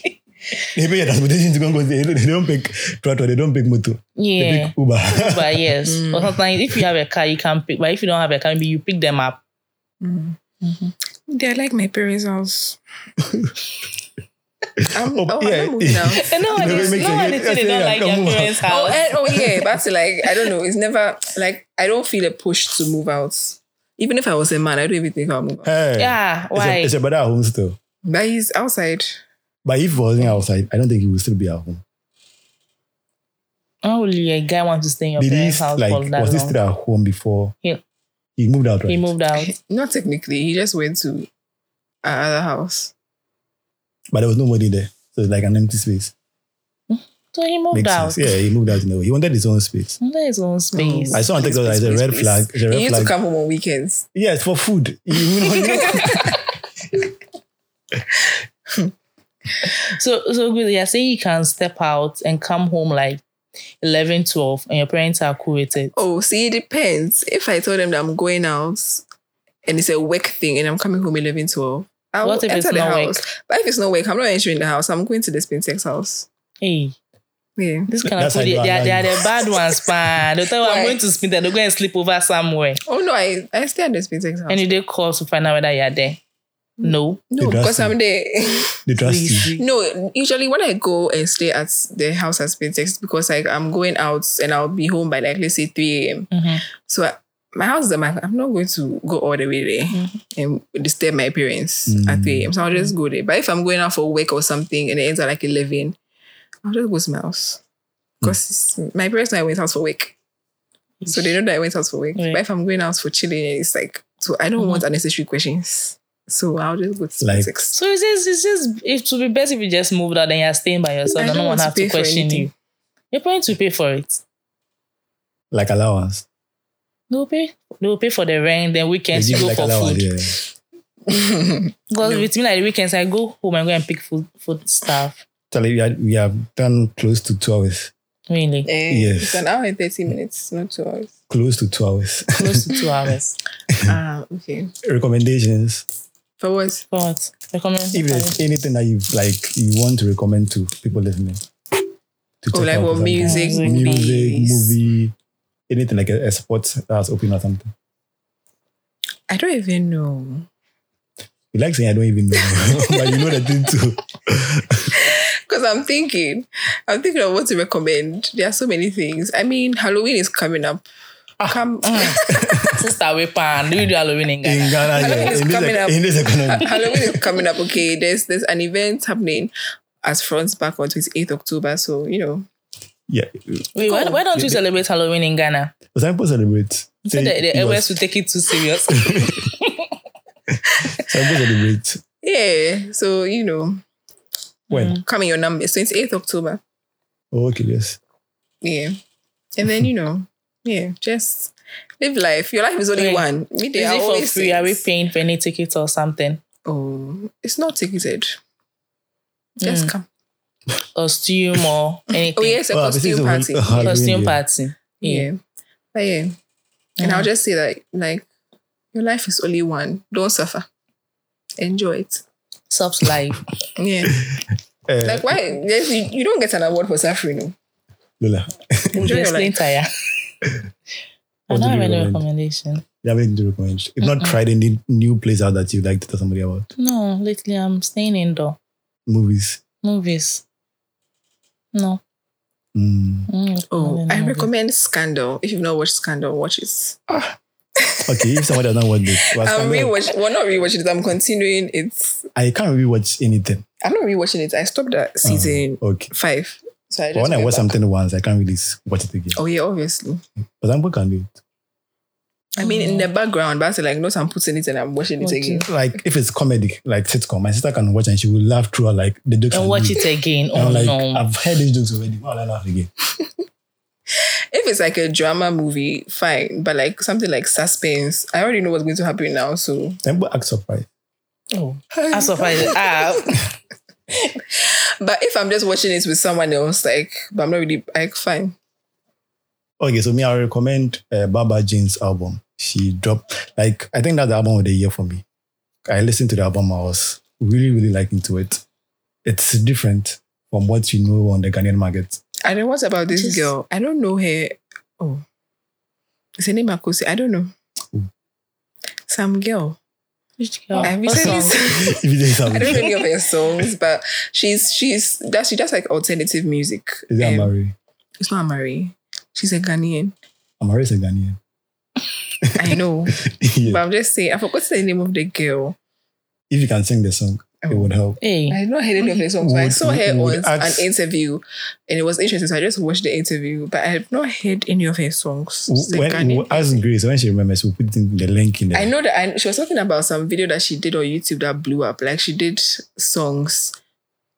Speaker 1: They pay your transportation to go and go there. They don't pick Trotto, they don't pick Mutu. They *laughs*
Speaker 3: Yeah.
Speaker 1: pick Uber.
Speaker 3: But yes, or sometimes if you have a car, you can pick. But if you don't have a car, maybe you pick them up.
Speaker 2: They're like my parents' house. I'm,
Speaker 1: Oh,
Speaker 2: oh, I
Speaker 1: yeah.
Speaker 2: don't move now.
Speaker 3: *laughs* And nowadays,
Speaker 1: makes
Speaker 3: no
Speaker 1: sense.
Speaker 3: one is
Speaker 1: Yeah,
Speaker 3: they don't like
Speaker 1: come
Speaker 3: their
Speaker 1: on.
Speaker 3: parents'
Speaker 2: Oh,
Speaker 3: house.
Speaker 2: and, oh yeah, back to like I don't know. It's never like I don't feel a push to move out. Even if I was a man, I don't even think I'll move out.
Speaker 1: Hey,
Speaker 3: Yeah,
Speaker 1: It's, a,
Speaker 3: why?
Speaker 1: it's a brother at home still.
Speaker 2: But he's outside.
Speaker 1: But if he wasn't outside, I don't think he would still be at home.
Speaker 3: How will a guy want to stay in your
Speaker 1: Did he
Speaker 3: parents' house
Speaker 1: like
Speaker 3: for that
Speaker 1: was he
Speaker 3: long?
Speaker 1: still at home before?
Speaker 3: Yeah.
Speaker 1: He moved out, right?
Speaker 3: He moved out.
Speaker 2: Not technically. He just went to our other house.
Speaker 1: But there was nobody there. So it's like an empty space.
Speaker 3: *laughs* So he moved
Speaker 1: Makes
Speaker 3: out.
Speaker 1: sense. Yeah, he moved out in a way. He wanted his own space.
Speaker 3: Under his own space.
Speaker 1: I saw on TikTok that it's a red flag. It's a
Speaker 2: He
Speaker 1: red
Speaker 2: used to
Speaker 1: flag.
Speaker 2: come home on
Speaker 3: *laughs*
Speaker 2: weekends.
Speaker 1: Yeah, it's for food. You, you know, you
Speaker 2: *laughs*
Speaker 3: Oh,
Speaker 1: know-
Speaker 3: So, so good. You're saying you can step out and come home like 11, 12, and your parents are cool with it.
Speaker 2: Oh, see, it depends. If I told him that I'm going out and it's a work thing and I'm coming home 11, 12, I'll
Speaker 3: What if
Speaker 2: enter
Speaker 3: it's
Speaker 2: the
Speaker 3: not
Speaker 2: house. But if it's not work, I'm not entering the house. I'm going to the Spintex house.
Speaker 3: Hey,
Speaker 2: Yeah.
Speaker 3: this kind
Speaker 1: That's
Speaker 3: of
Speaker 1: how
Speaker 3: food, they,
Speaker 1: you
Speaker 3: they are, they are
Speaker 1: allow
Speaker 3: the bad ones, man. They tell you,
Speaker 2: Why?
Speaker 3: I'm going to spin that. They're going to sleep over somewhere.
Speaker 2: Oh, no, I, I stay at the Spintex house.
Speaker 3: And you they call to find out whether you're
Speaker 2: Mm.
Speaker 3: there. No.
Speaker 2: no,
Speaker 1: They
Speaker 2: because
Speaker 1: trust
Speaker 2: I'm there. *laughs*
Speaker 1: they trust you.
Speaker 3: Please.
Speaker 2: no, usually when I go and stay at the house at Spintex, it's because like I'm going out and I'll be home by like, let's say 3 a.m.
Speaker 3: Mhm.
Speaker 2: So I, my house is at my, I'm not going to go all the way there
Speaker 3: Mhm.
Speaker 2: and disturb my parents
Speaker 1: Mm.
Speaker 2: at 3 a.m. So I'll just go there. But if I'm going out for work or something and it ends at like 11, I'll just go to my house.
Speaker 1: Mm.
Speaker 2: Because my parents know I went out for work. So they know that I went out for work.
Speaker 3: Right.
Speaker 2: But if I'm going out for chilling, it's like, so I don't want unnecessary questions. So I'll just go to
Speaker 1: Like-
Speaker 2: six.
Speaker 3: So it's just, it's just, it would be best if you just moved out and you're staying by yourself.
Speaker 2: I
Speaker 3: and
Speaker 2: don't
Speaker 3: no one
Speaker 2: want to
Speaker 3: have to
Speaker 2: pay for
Speaker 3: question
Speaker 2: anything.
Speaker 3: you. Your parents will pay for it.
Speaker 1: Like allowance.
Speaker 3: They will pay. They will pay for the rent. Then weekends
Speaker 1: They
Speaker 3: you
Speaker 1: give
Speaker 3: go
Speaker 1: you like
Speaker 3: for
Speaker 1: allowance,
Speaker 3: food.
Speaker 1: yeah.
Speaker 3: Because
Speaker 2: No.
Speaker 3: with me, like the weekends, I go home and go and pick food, food stuff.
Speaker 1: So like we are, we have done close to two hours.
Speaker 3: Really,
Speaker 1: Yes.
Speaker 2: It's an hour and 30 minutes, not
Speaker 1: *laughs*
Speaker 2: two hours.
Speaker 1: Close to two hours. *laughs*
Speaker 3: close to
Speaker 2: *laughs*
Speaker 3: two hours.
Speaker 2: Ah, okay.
Speaker 1: Recommendations.
Speaker 2: For what?
Speaker 3: But recommend.
Speaker 1: If there's anything that you like you want to recommend to people listening. To
Speaker 2: Oh,
Speaker 1: check
Speaker 2: like
Speaker 1: out
Speaker 2: what
Speaker 1: or something.
Speaker 2: music,
Speaker 3: Music,
Speaker 1: music,
Speaker 2: movies.
Speaker 1: movie, anything like a, a sport that's open or something.
Speaker 2: I don't even know.
Speaker 1: You like saying I don't even know, *laughs* but you know the thing too.
Speaker 2: Because I'm thinking, I'm thinking of what to recommend. There are so many things. I mean, Halloween is coming up.
Speaker 3: Ah.
Speaker 2: Come,
Speaker 3: *laughs* Mm. Sister, we pan. Do you do Halloween
Speaker 2: *laughs*
Speaker 3: in Ghana?
Speaker 1: In Ghana, yeah,
Speaker 2: is
Speaker 1: in, this,
Speaker 2: coming
Speaker 1: ec-
Speaker 2: up.
Speaker 1: in this economy.
Speaker 2: Halloween is coming up. Okay, there's there's an event happening as Fronts back on 28th October. So you know,
Speaker 1: Yeah.
Speaker 3: Wait, why, why don't you celebrate Halloween in Ghana?
Speaker 1: Some people celebrate.
Speaker 3: So the, the
Speaker 1: because
Speaker 3: LS will take it
Speaker 2: *laughs*
Speaker 3: too serious.
Speaker 1: Some people celebrate.
Speaker 2: yeah. So you know,
Speaker 1: When?
Speaker 2: come in your numbers. 28th October.
Speaker 1: Oh, okay, yes.
Speaker 2: Yeah, and then you know, yeah, just live life. Your life is only
Speaker 3: Right.
Speaker 2: one. Me,
Speaker 3: Is
Speaker 2: they are
Speaker 3: it for
Speaker 2: always
Speaker 3: free? Are we
Speaker 2: saying-
Speaker 3: paying for any tickets or something?
Speaker 2: Oh, it's not ticketed. Just
Speaker 3: Mm.
Speaker 2: come.
Speaker 3: Costume or anything?
Speaker 2: *laughs* Oh yes, a
Speaker 1: Well, this is
Speaker 2: costume
Speaker 1: a hol- *laughs*
Speaker 2: party.
Speaker 1: a hol- Halloween,
Speaker 3: Costume
Speaker 1: yeah.
Speaker 3: party. Yeah.
Speaker 2: Yeah. But yeah. And I'll
Speaker 3: Mhm.
Speaker 2: just say that like your life is only one. Don't suffer. Enjoy it.
Speaker 3: Soft life.
Speaker 2: Yeah.
Speaker 1: Uh,
Speaker 2: Like why there's, you, you don't get an award for suffering. no.
Speaker 1: Lola,
Speaker 2: *laughs* Enjoy your
Speaker 3: Wrestling
Speaker 2: life.
Speaker 3: tire. I
Speaker 1: What
Speaker 3: don't
Speaker 1: do you
Speaker 3: have any
Speaker 1: recommend?
Speaker 3: recommendation.
Speaker 1: you have anything to recommend? If not, tried any new place out that you like to tell somebody about.
Speaker 3: No, lately I'm staying indoor.
Speaker 1: Movies.
Speaker 3: Movies. No.
Speaker 1: Mm.
Speaker 3: Mm,
Speaker 2: Oh,
Speaker 3: no,
Speaker 2: I
Speaker 3: no, no.
Speaker 2: recommend Scandal. If you've not watched Scandal, watch it.
Speaker 1: Okay, if somebody does not watch this,
Speaker 2: *laughs*
Speaker 1: well,
Speaker 2: I'm
Speaker 1: Scandal-
Speaker 2: rewatch. Well, not rewatching it. I'm continuing it.
Speaker 1: I can't rewatch anything.
Speaker 2: I'm not rewatching it. I stopped at
Speaker 1: Uh,
Speaker 2: season
Speaker 1: okay.
Speaker 2: five. So Oh. I just
Speaker 1: But when I
Speaker 2: went
Speaker 1: watch
Speaker 2: back.
Speaker 1: something once, I can't really s- watch it again.
Speaker 2: Oh yeah, obviously.
Speaker 1: But some people can do it.
Speaker 2: I mean, in
Speaker 3: Yeah.
Speaker 2: the background, but I say, like, not I'm putting it and I'm Mm. watching it
Speaker 3: Watch
Speaker 2: again.
Speaker 3: it.
Speaker 1: Like if it's comedy, like sitcom, my sister can watch and she will laugh through like the jokes.
Speaker 3: And
Speaker 1: are
Speaker 3: watch
Speaker 1: good.
Speaker 3: it
Speaker 1: And
Speaker 3: again. Oh
Speaker 1: I'm like,
Speaker 3: no.
Speaker 1: I've heard these jokes already. Why will I laugh again?
Speaker 2: If it's like a drama movie, fine. But like something like suspense, I already know what's going to happen now. So
Speaker 1: Some people act surprised.
Speaker 3: Oh. I'm surprised. Ah,
Speaker 2: *laughs* But if I'm just watching it with someone else, like, but I'm not really like fine.
Speaker 1: Okay, so me, I recommend uh, Baba Jean's album. She dropped like I think that's the album of the year for me. I listened to the album. I was really, really like into it. It's different. from what you know on the Ghanaian market? *laughs*
Speaker 2: And then what about this
Speaker 3: Just-
Speaker 2: girl? I don't know her. Oh, is her name Akosi? I don't know.
Speaker 1: Who?
Speaker 2: Some girl.
Speaker 3: Which girl?
Speaker 2: I
Speaker 3: What
Speaker 2: recently.
Speaker 3: song?
Speaker 1: If it is, I
Speaker 2: I
Speaker 1: would-
Speaker 2: don't know any of her songs, but she's she's that she does like alternative music.
Speaker 1: *laughs* Is it
Speaker 2: Um,
Speaker 1: Amari?
Speaker 2: It's not Amari. She's a Ghanaian.
Speaker 1: Amari is a Ghanaian. *laughs*
Speaker 3: *laughs*
Speaker 2: I know,
Speaker 1: Yeah.
Speaker 2: but I'm just saying. I forgot the name of the girl.
Speaker 1: If you can sing the song,
Speaker 2: Oh.
Speaker 1: it would help.
Speaker 3: Hey,
Speaker 2: I don't heard any of her songs. but I
Speaker 1: Would-
Speaker 2: saw her
Speaker 1: would
Speaker 2: on
Speaker 1: ask-
Speaker 2: an interview, and it was interesting. So I just watched the interview, but I have not heard any of her songs. She's a Ghanaian.
Speaker 1: When, as Grace, when she remembers, we'll put in the link in there.
Speaker 2: I know that I, she was talking about some video that she did on YouTube that blew up. Like she did songs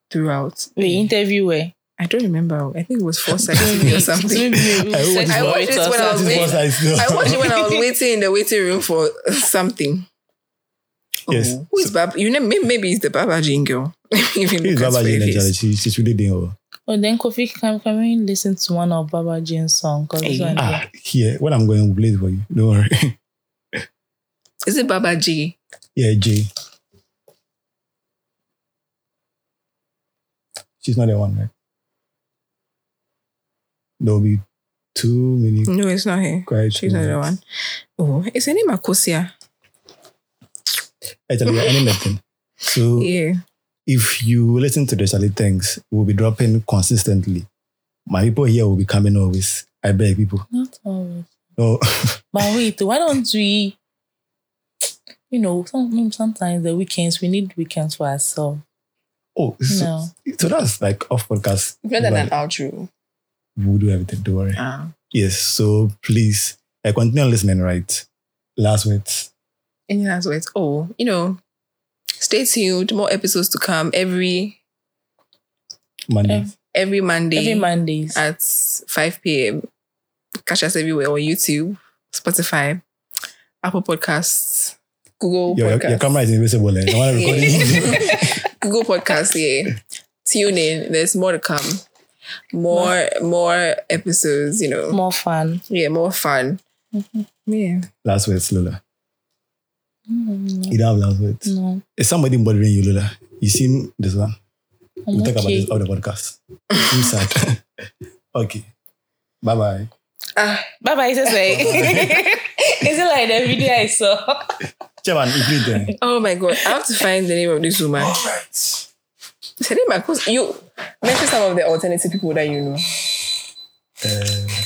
Speaker 2: throughout.
Speaker 3: we interview where?
Speaker 2: I don't remember. I think it was four seconds *laughs* or something. I watched it when I was
Speaker 1: This
Speaker 2: wait,
Speaker 1: was like-
Speaker 2: I
Speaker 1: *laughs*
Speaker 2: watched it when I was waiting in the waiting room for something.
Speaker 1: Yes.
Speaker 2: Oh, who is Bab? You know, may- maybe it's the Baba Jane girl. *laughs* if you
Speaker 1: Who
Speaker 2: look
Speaker 1: is
Speaker 2: at
Speaker 1: Baba
Speaker 2: her
Speaker 1: Jane actually?
Speaker 2: face.
Speaker 1: She, she's really doing well.
Speaker 3: Oh, then Kofi, can, can we listen to one of Baba Jane's song? 'Cause this
Speaker 2: Hey.
Speaker 3: one-
Speaker 1: Ah, here. When I'm going, we'll play it for you. Don't worry.
Speaker 2: Is it Baba G?
Speaker 1: yeah, Jay. She's not the one, right? There'll be too many
Speaker 2: No, it's not her.
Speaker 1: quiet
Speaker 2: Mm, She's not the
Speaker 1: moments.
Speaker 2: one. Oh, is her name Akosia?
Speaker 1: Actually, we're ending the thing. So
Speaker 2: Yeah.
Speaker 1: if you listen to the Charlie Things, we'll be dropping consistently. My people here will be coming always. I beg people.
Speaker 3: Not always.
Speaker 1: No, *laughs*
Speaker 3: But wait, why don't we? You know, some, sometimes the weekends we need weekends for ourselves.
Speaker 1: oh,
Speaker 3: You
Speaker 1: so,
Speaker 3: know,
Speaker 1: so that's like off podcast.
Speaker 2: Rather than
Speaker 1: But
Speaker 2: outro.
Speaker 1: We'll do everything. Don't worry.
Speaker 2: Ah.
Speaker 1: Yes. So please, I continue listening. Right. Last words.
Speaker 2: And that's where it's oh, you know, stay tuned. More episodes to come every
Speaker 1: Monday.
Speaker 3: Ev-
Speaker 2: every Monday
Speaker 3: every Mondays.
Speaker 2: at 5 p.m. Catch us everywhere on YouTube, Spotify, Apple Podcasts, Google
Speaker 1: your, your-
Speaker 2: Podcasts.
Speaker 1: your camera is invisible. Eh?
Speaker 2: *laughs*
Speaker 1: The one recording.
Speaker 2: Google Podcasts, yeah. Tune in. There's more to come. More more episodes, you know.
Speaker 3: More fun.
Speaker 2: Yeah, more fun. Yeah.
Speaker 1: last words, Lola.
Speaker 3: Mm,
Speaker 1: You don't have last words.
Speaker 3: No,
Speaker 1: Is somebody bothering you, Lola? You seen this one?
Speaker 3: I'm
Speaker 1: We'll talk about
Speaker 3: okay.
Speaker 1: this out of the podcast. I'm sad. *laughs* okay. Bye bye.
Speaker 2: Ah,
Speaker 3: Bye bye. Is it like *laughs* is it like the video I saw?
Speaker 1: Chairman, you please then.
Speaker 2: oh my god. I have to find the name of this woman.
Speaker 1: All right.
Speaker 2: Tell me, Marcus, you mention some of the alternative people that you know.
Speaker 1: Uh,